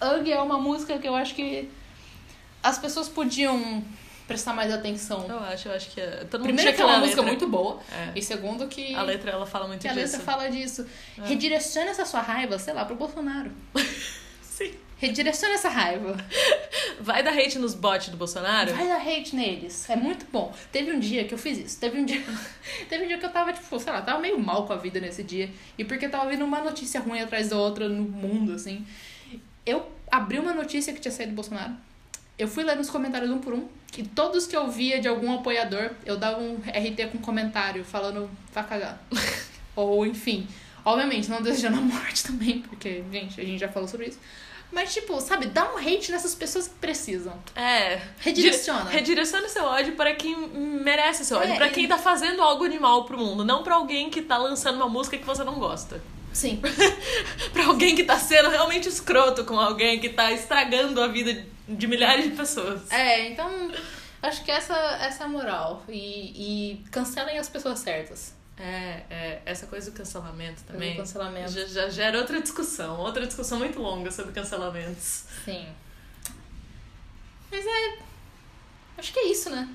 Speaker 2: Ugg é uma música que eu acho que as pessoas podiam prestar mais atenção.
Speaker 1: Eu acho, eu acho que é. Todo mundo
Speaker 2: Primeiro
Speaker 1: tinha
Speaker 2: que é uma
Speaker 1: ler a
Speaker 2: música
Speaker 1: letra.
Speaker 2: muito boa.
Speaker 1: É.
Speaker 2: E segundo que
Speaker 1: A letra ela fala muito
Speaker 2: que a
Speaker 1: disso.
Speaker 2: letra fala disso.
Speaker 1: É.
Speaker 2: Redireciona essa sua raiva, sei lá, pro Bolsonaro.
Speaker 1: Sim.
Speaker 2: Redireciona essa raiva.
Speaker 1: Vai dar hate nos bots do Bolsonaro?
Speaker 2: Vai dar hate neles. É muito bom. Teve um dia que eu fiz isso. Teve um dia. Teve um dia que eu tava, tipo, sei lá, tava meio mal com a vida nesse dia. E porque tava vindo uma notícia ruim atrás da outra no mundo, assim. Eu abri uma notícia que tinha saído do Bolsonaro. Eu fui ler nos comentários um por um. E todos que eu via de algum apoiador, eu dava um RT com comentário falando vá cagar. Ou enfim. Obviamente, não desejando a morte também, porque, gente, a gente já falou sobre isso. Mas, tipo, sabe, dá um hate nessas pessoas que precisam.
Speaker 1: É.
Speaker 2: Redireciona.
Speaker 1: Di- Redireciona seu ódio para quem merece seu ódio,
Speaker 2: É,
Speaker 1: para
Speaker 2: e-
Speaker 1: quem tá fazendo algo animal pro mundo, não para alguém que tá lançando uma música que você não gosta.
Speaker 2: Sim.
Speaker 1: Para alguém que tá sendo realmente escroto com alguém que tá estragando a vida de milhares de pessoas.
Speaker 2: É, então acho que essa, essa é a moral. E, e cancelem as pessoas certas.
Speaker 1: É, é, essa coisa do cancelamento
Speaker 2: Pelo
Speaker 1: também.
Speaker 2: cancelamento.
Speaker 1: Já, já gera outra discussão, outra discussão muito longa sobre cancelamentos.
Speaker 2: Sim. Mas é. Acho que é isso, né?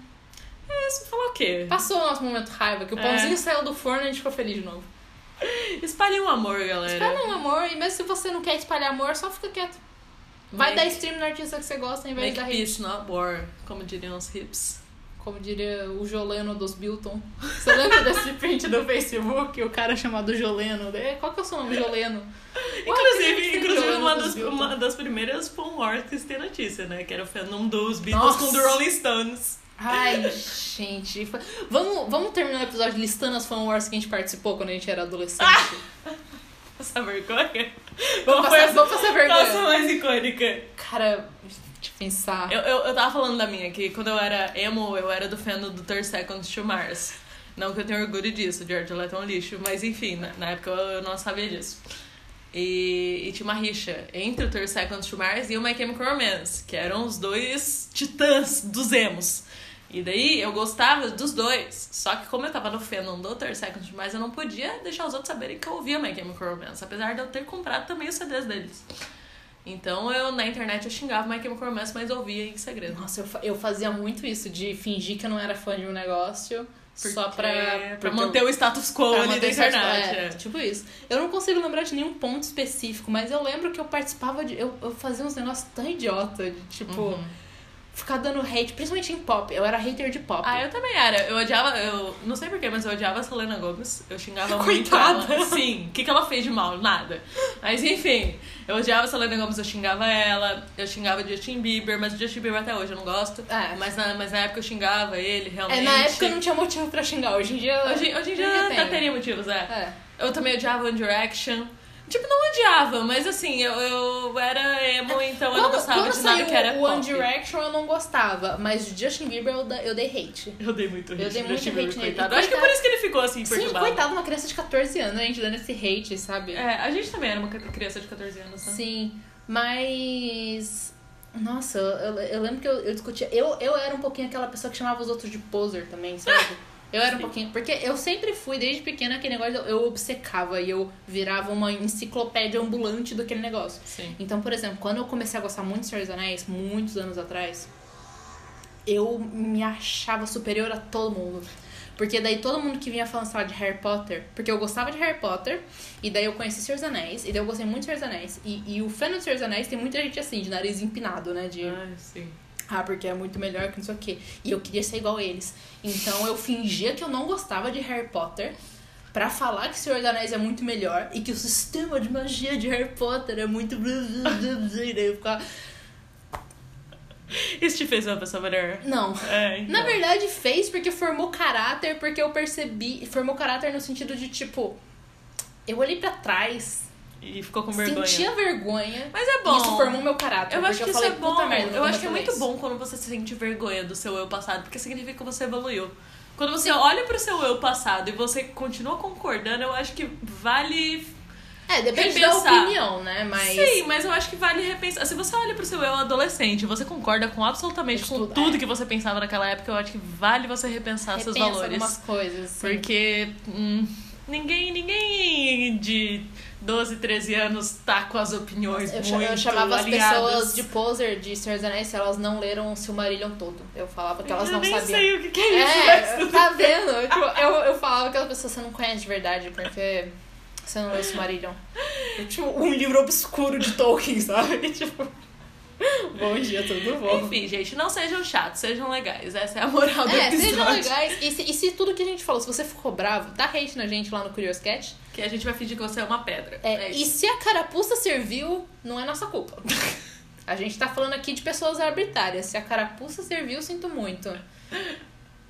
Speaker 1: É, isso falar o quê?
Speaker 2: Passou o nosso momento raiva, que o
Speaker 1: É.
Speaker 2: pãozinho saiu do forno e a gente ficou feliz de novo.
Speaker 1: Espalhe um amor, galera.
Speaker 2: Espalha um amor, e mesmo se você não quer espalhar amor, só fica quieto. Vai
Speaker 1: Make-
Speaker 2: dar stream no artista que você gosta em vez
Speaker 1: Make
Speaker 2: da hate.
Speaker 1: peace, not war, como diriam os hips.
Speaker 2: Como diria o Joleno dos Bilton. Você lembra desse print do Facebook? O cara chamado Joleno. É, Qual que é o seu nome, Joleno?
Speaker 1: Inclusive, inclusive uma, das,
Speaker 2: das
Speaker 1: uma das primeiras fan wars que tem notícia, né? Que era o fandom dos Beatles
Speaker 2: Nossa.
Speaker 1: com o do Rolling Stones.
Speaker 2: Ai, gente. fa- Vamos, vamos terminar o episódio listando as fan wars que a gente participou quando a gente era adolescente.
Speaker 1: Ah, Essa vergonha. Qual
Speaker 2: vamos,
Speaker 1: foi
Speaker 2: passar,
Speaker 1: a
Speaker 2: vamos passar vergonha.
Speaker 1: calça mais icônica?
Speaker 2: Cara, de pensar.
Speaker 1: Eu, eu, eu tava falando da minha aqui, quando eu era emo, eu era do fandom do 30 Seconds to Mars. Não que eu tenha orgulho disso, George Leto é um lixo, mas enfim, na, na época eu, eu não sabia disso. E, e tinha uma rixa entre o 30 Seconds to Mars e o My Chemical Romance, que eram os dois titãs dos emos. E daí eu gostava dos dois, só que como eu tava no fandom do 30 Seconds to Mars, eu não podia deixar os outros saberem que eu ouvia My Chemical Romance, apesar de eu ter comprado também os CDs deles. Então eu na internet eu xingava My Chemical Romance, mas ouvia em segredo.
Speaker 2: Nossa, eu, fa- eu fazia muito isso, de fingir que eu não era fã de um negócio só pra,
Speaker 1: pra,
Speaker 2: porque eu-
Speaker 1: manter o status quo
Speaker 2: pra
Speaker 1: ali da
Speaker 2: manter certo-
Speaker 1: internet.
Speaker 2: é,
Speaker 1: é.
Speaker 2: Tipo isso. Eu não consigo lembrar de nenhum ponto específico, mas eu lembro que eu participava de. Eu, eu fazia uns negócios tão idiota, de tipo,
Speaker 1: Uhum.
Speaker 2: ficar dando hate, principalmente em pop. Eu era hater de pop.
Speaker 1: Ah, eu também era. Eu odiava, eu não sei porquê, mas eu odiava a Selena Gomes. Eu xingava muito
Speaker 2: Coitada.
Speaker 1: ela. Sim, o que, que ela fez de mal? Nada. Mas enfim, eu odiava a Selena Gomes, eu xingava ela, eu xingava Justin Bieber, mas o Justin Bieber até hoje eu não gosto.
Speaker 2: É.
Speaker 1: Mas na, mas na época eu xingava ele, realmente.
Speaker 2: É, na época eu não tinha motivo pra xingar. Hoje em dia.
Speaker 1: Hoje, hoje em dia eu até teria motivos, é.
Speaker 2: É.
Speaker 1: Eu também odiava One Direction. Tipo, não odiava, mas assim, eu, eu era emo, então eu não
Speaker 2: É, Quando,
Speaker 1: gostava
Speaker 2: quando
Speaker 1: de nada
Speaker 2: saiu
Speaker 1: que era
Speaker 2: o One
Speaker 1: pop.
Speaker 2: Direction eu não gostava, mas o Justin Bieber eu, da- eu dei hate.
Speaker 1: Eu dei muito hate.
Speaker 2: Eu dei
Speaker 1: pro
Speaker 2: muito
Speaker 1: Justin
Speaker 2: hate
Speaker 1: Bieber,
Speaker 2: nele.
Speaker 1: coitado.
Speaker 2: E
Speaker 1: Acho que por
Speaker 2: coitado-
Speaker 1: isso que ele ficou assim,
Speaker 2: Sim,
Speaker 1: perturbado.
Speaker 2: coitado, uma criança de 14 anos, a gente dando esse hate, sabe?
Speaker 1: É, a gente também era uma criança de 14 anos, né?
Speaker 2: Sim, mas. Nossa, eu, eu- eu lembro que eu, eu discutia. Eu, eu era um pouquinho aquela pessoa que chamava os outros de poser também, sabe? Eu era um
Speaker 1: Sim.
Speaker 2: pouquinho. Porque eu sempre fui, desde pequena, aquele negócio, eu, eu obcecava e eu virava uma enciclopédia ambulante do aquele negócio.
Speaker 1: Sim.
Speaker 2: Então, por exemplo, quando eu comecei a gostar muito de Senhor dos Anéis, muitos anos atrás, eu me achava superior a todo mundo. Porque daí todo mundo que vinha falando só de Harry Potter, porque eu gostava de Harry Potter, e daí eu conheci Senhor dos Anéis, e daí eu gostei muito de Senhor dos Anéis. E, e o fã do Senhor dos Anéis tem muita gente assim, de nariz empinado, né? De
Speaker 1: Ai, sim.
Speaker 2: Ah, porque é muito melhor que não sei o quê. E eu queria ser igual a eles. Então eu fingia que eu não gostava de Harry Potter pra falar que o Senhor dos Anéis é muito melhor e que o sistema de magia de Harry Potter é muito. E daí eu ficava.
Speaker 1: Isso te fez uma pessoa melhor.
Speaker 2: Não.
Speaker 1: É, então.
Speaker 2: Na verdade, fez porque formou caráter, porque eu percebi. Formou caráter no sentido de tipo. Eu olhei pra trás,
Speaker 1: E ficou com vergonha.
Speaker 2: sentia vergonha.
Speaker 1: Mas é
Speaker 2: e
Speaker 1: bom.
Speaker 2: isso formou meu caráter.
Speaker 1: Eu
Speaker 2: porque
Speaker 1: acho que
Speaker 2: eu falei,
Speaker 1: isso é bom.
Speaker 2: Puta merda,
Speaker 1: eu
Speaker 2: como
Speaker 1: acho que é
Speaker 2: falei
Speaker 1: muito
Speaker 2: isso.
Speaker 1: bom quando você se sente vergonha do seu eu passado, porque significa que você evoluiu. Quando você olha pro seu eu passado e você continua concordando, eu acho que vale.
Speaker 2: É, depende da
Speaker 1: repensar.
Speaker 2: opinião, né? Mas.
Speaker 1: Sim, mas eu acho que vale repensar. Se você olha pro seu eu adolescente, e você concorda com absolutamente
Speaker 2: Com
Speaker 1: com
Speaker 2: tudo,
Speaker 1: tudo
Speaker 2: é.
Speaker 1: que você pensava naquela época, eu acho que vale você repensar seus
Speaker 2: Repensa
Speaker 1: valores.
Speaker 2: algumas coisas. assim.
Speaker 1: Porque hum, ninguém, ninguém de 12, 13 anos tá com as opiniões
Speaker 2: Eu, cha-
Speaker 1: muito
Speaker 2: eu chamava
Speaker 1: alinhadas.
Speaker 2: as pessoas de poser de Senhor dos Anéis se elas não leram o Silmarillion todo. Eu falava que elas
Speaker 1: eu
Speaker 2: não
Speaker 1: nem
Speaker 2: sabiam.
Speaker 1: sei o que, que é isso. mas
Speaker 2: É,
Speaker 1: tudo
Speaker 2: tá vendo? Tipo, eu, eu falava que aquela pessoa você não conhece de verdade, porque você não leu o Silmarillion. Tipo, um livro obscuro de Tolkien, sabe? Tipo. Bom dia, tudo
Speaker 1: né? Enfim, gente, não sejam chatos, sejam legais. Essa é a moral do
Speaker 2: É,
Speaker 1: episódio.
Speaker 2: sejam legais. E se, e se tudo que a gente falou, se você ficou bravo, dá hate na gente lá no Curious Cat.
Speaker 1: Que a gente vai fingir que você é uma pedra.
Speaker 2: É,
Speaker 1: É
Speaker 2: e
Speaker 1: isso.
Speaker 2: se a carapuça serviu, não é nossa culpa. A gente tá falando aqui de pessoas arbitrárias. Se a carapuça serviu, sinto muito.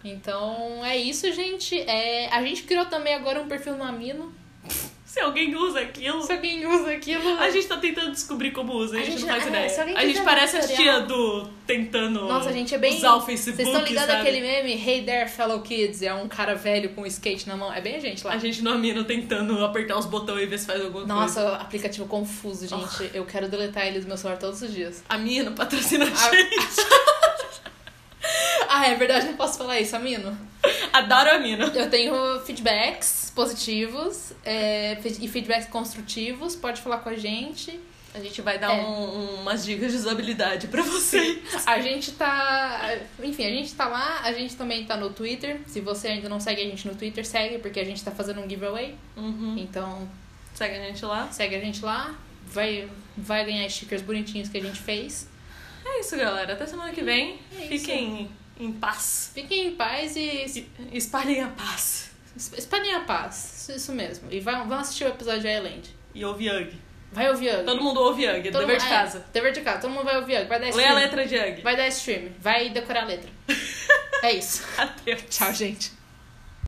Speaker 2: Então é isso, gente. É, a gente criou também agora um perfil no Amino.
Speaker 1: Se alguém usa aquilo,
Speaker 2: Se alguém usa aquilo. né?
Speaker 1: a gente tá tentando descobrir como usa, a
Speaker 2: A
Speaker 1: gente,
Speaker 2: gente-
Speaker 1: não faz
Speaker 2: é, se
Speaker 1: ideia. A
Speaker 2: alguém quiser
Speaker 1: gente
Speaker 2: dar
Speaker 1: parece a tia
Speaker 2: tutorial.
Speaker 1: do tentando
Speaker 2: Nossa, a gente é bem.
Speaker 1: usar o Facebook.
Speaker 2: Vocês estão ligados
Speaker 1: sabe?
Speaker 2: àquele meme? Hey there, fellow kids. É um cara velho com um skate na mão. É bem a gente lá.
Speaker 1: A gente no amino tentando apertar os botões e ver se faz alguma coisa.
Speaker 2: Nossa, aplicativo confuso, gente. Eu quero deletar ele do meu celular todos os dias.
Speaker 1: Amino patrocina a
Speaker 2: A-
Speaker 1: gente.
Speaker 2: Ah, é verdade, não posso falar isso, Amino.
Speaker 1: Adoro a Amino.
Speaker 2: Eu tenho feedbacks positivos é, e feedbacks construtivos. Pode falar com a gente.
Speaker 1: A gente vai dar
Speaker 2: É.
Speaker 1: um- umas dicas de usabilidade pra você.
Speaker 2: A gente tá. Enfim, a gente tá lá. A gente também tá no Twitter. Se você ainda não segue a gente no Twitter, segue, porque a gente tá fazendo um giveaway.
Speaker 1: Uhum.
Speaker 2: Então,
Speaker 1: Segue a gente lá.
Speaker 2: segue a gente lá. Vai, vai ganhar stickers bonitinhos que a gente fez.
Speaker 1: É isso, galera. Até semana que vem.
Speaker 2: É isso.
Speaker 1: Fiquem em paz.
Speaker 2: Fiquem em paz e es-
Speaker 1: E- Espalhem a paz.
Speaker 2: espalhem a paz. Isso mesmo. E vão, vão assistir o episódio de Island.
Speaker 1: E ouve Young.
Speaker 2: Vai ouvir Ugly.
Speaker 1: Todo mundo ouve Young, é
Speaker 2: Todo
Speaker 1: dever
Speaker 2: mundo-
Speaker 1: de
Speaker 2: é,
Speaker 1: casa.
Speaker 2: dever de casa. Todo mundo vai ouvir Ugly. Vai dar
Speaker 1: Lê a
Speaker 2: stream.
Speaker 1: letra de Young.
Speaker 2: Vai dar stream. Vai decorar a letra. é isso.
Speaker 1: Adeus.
Speaker 2: Tchau, gente.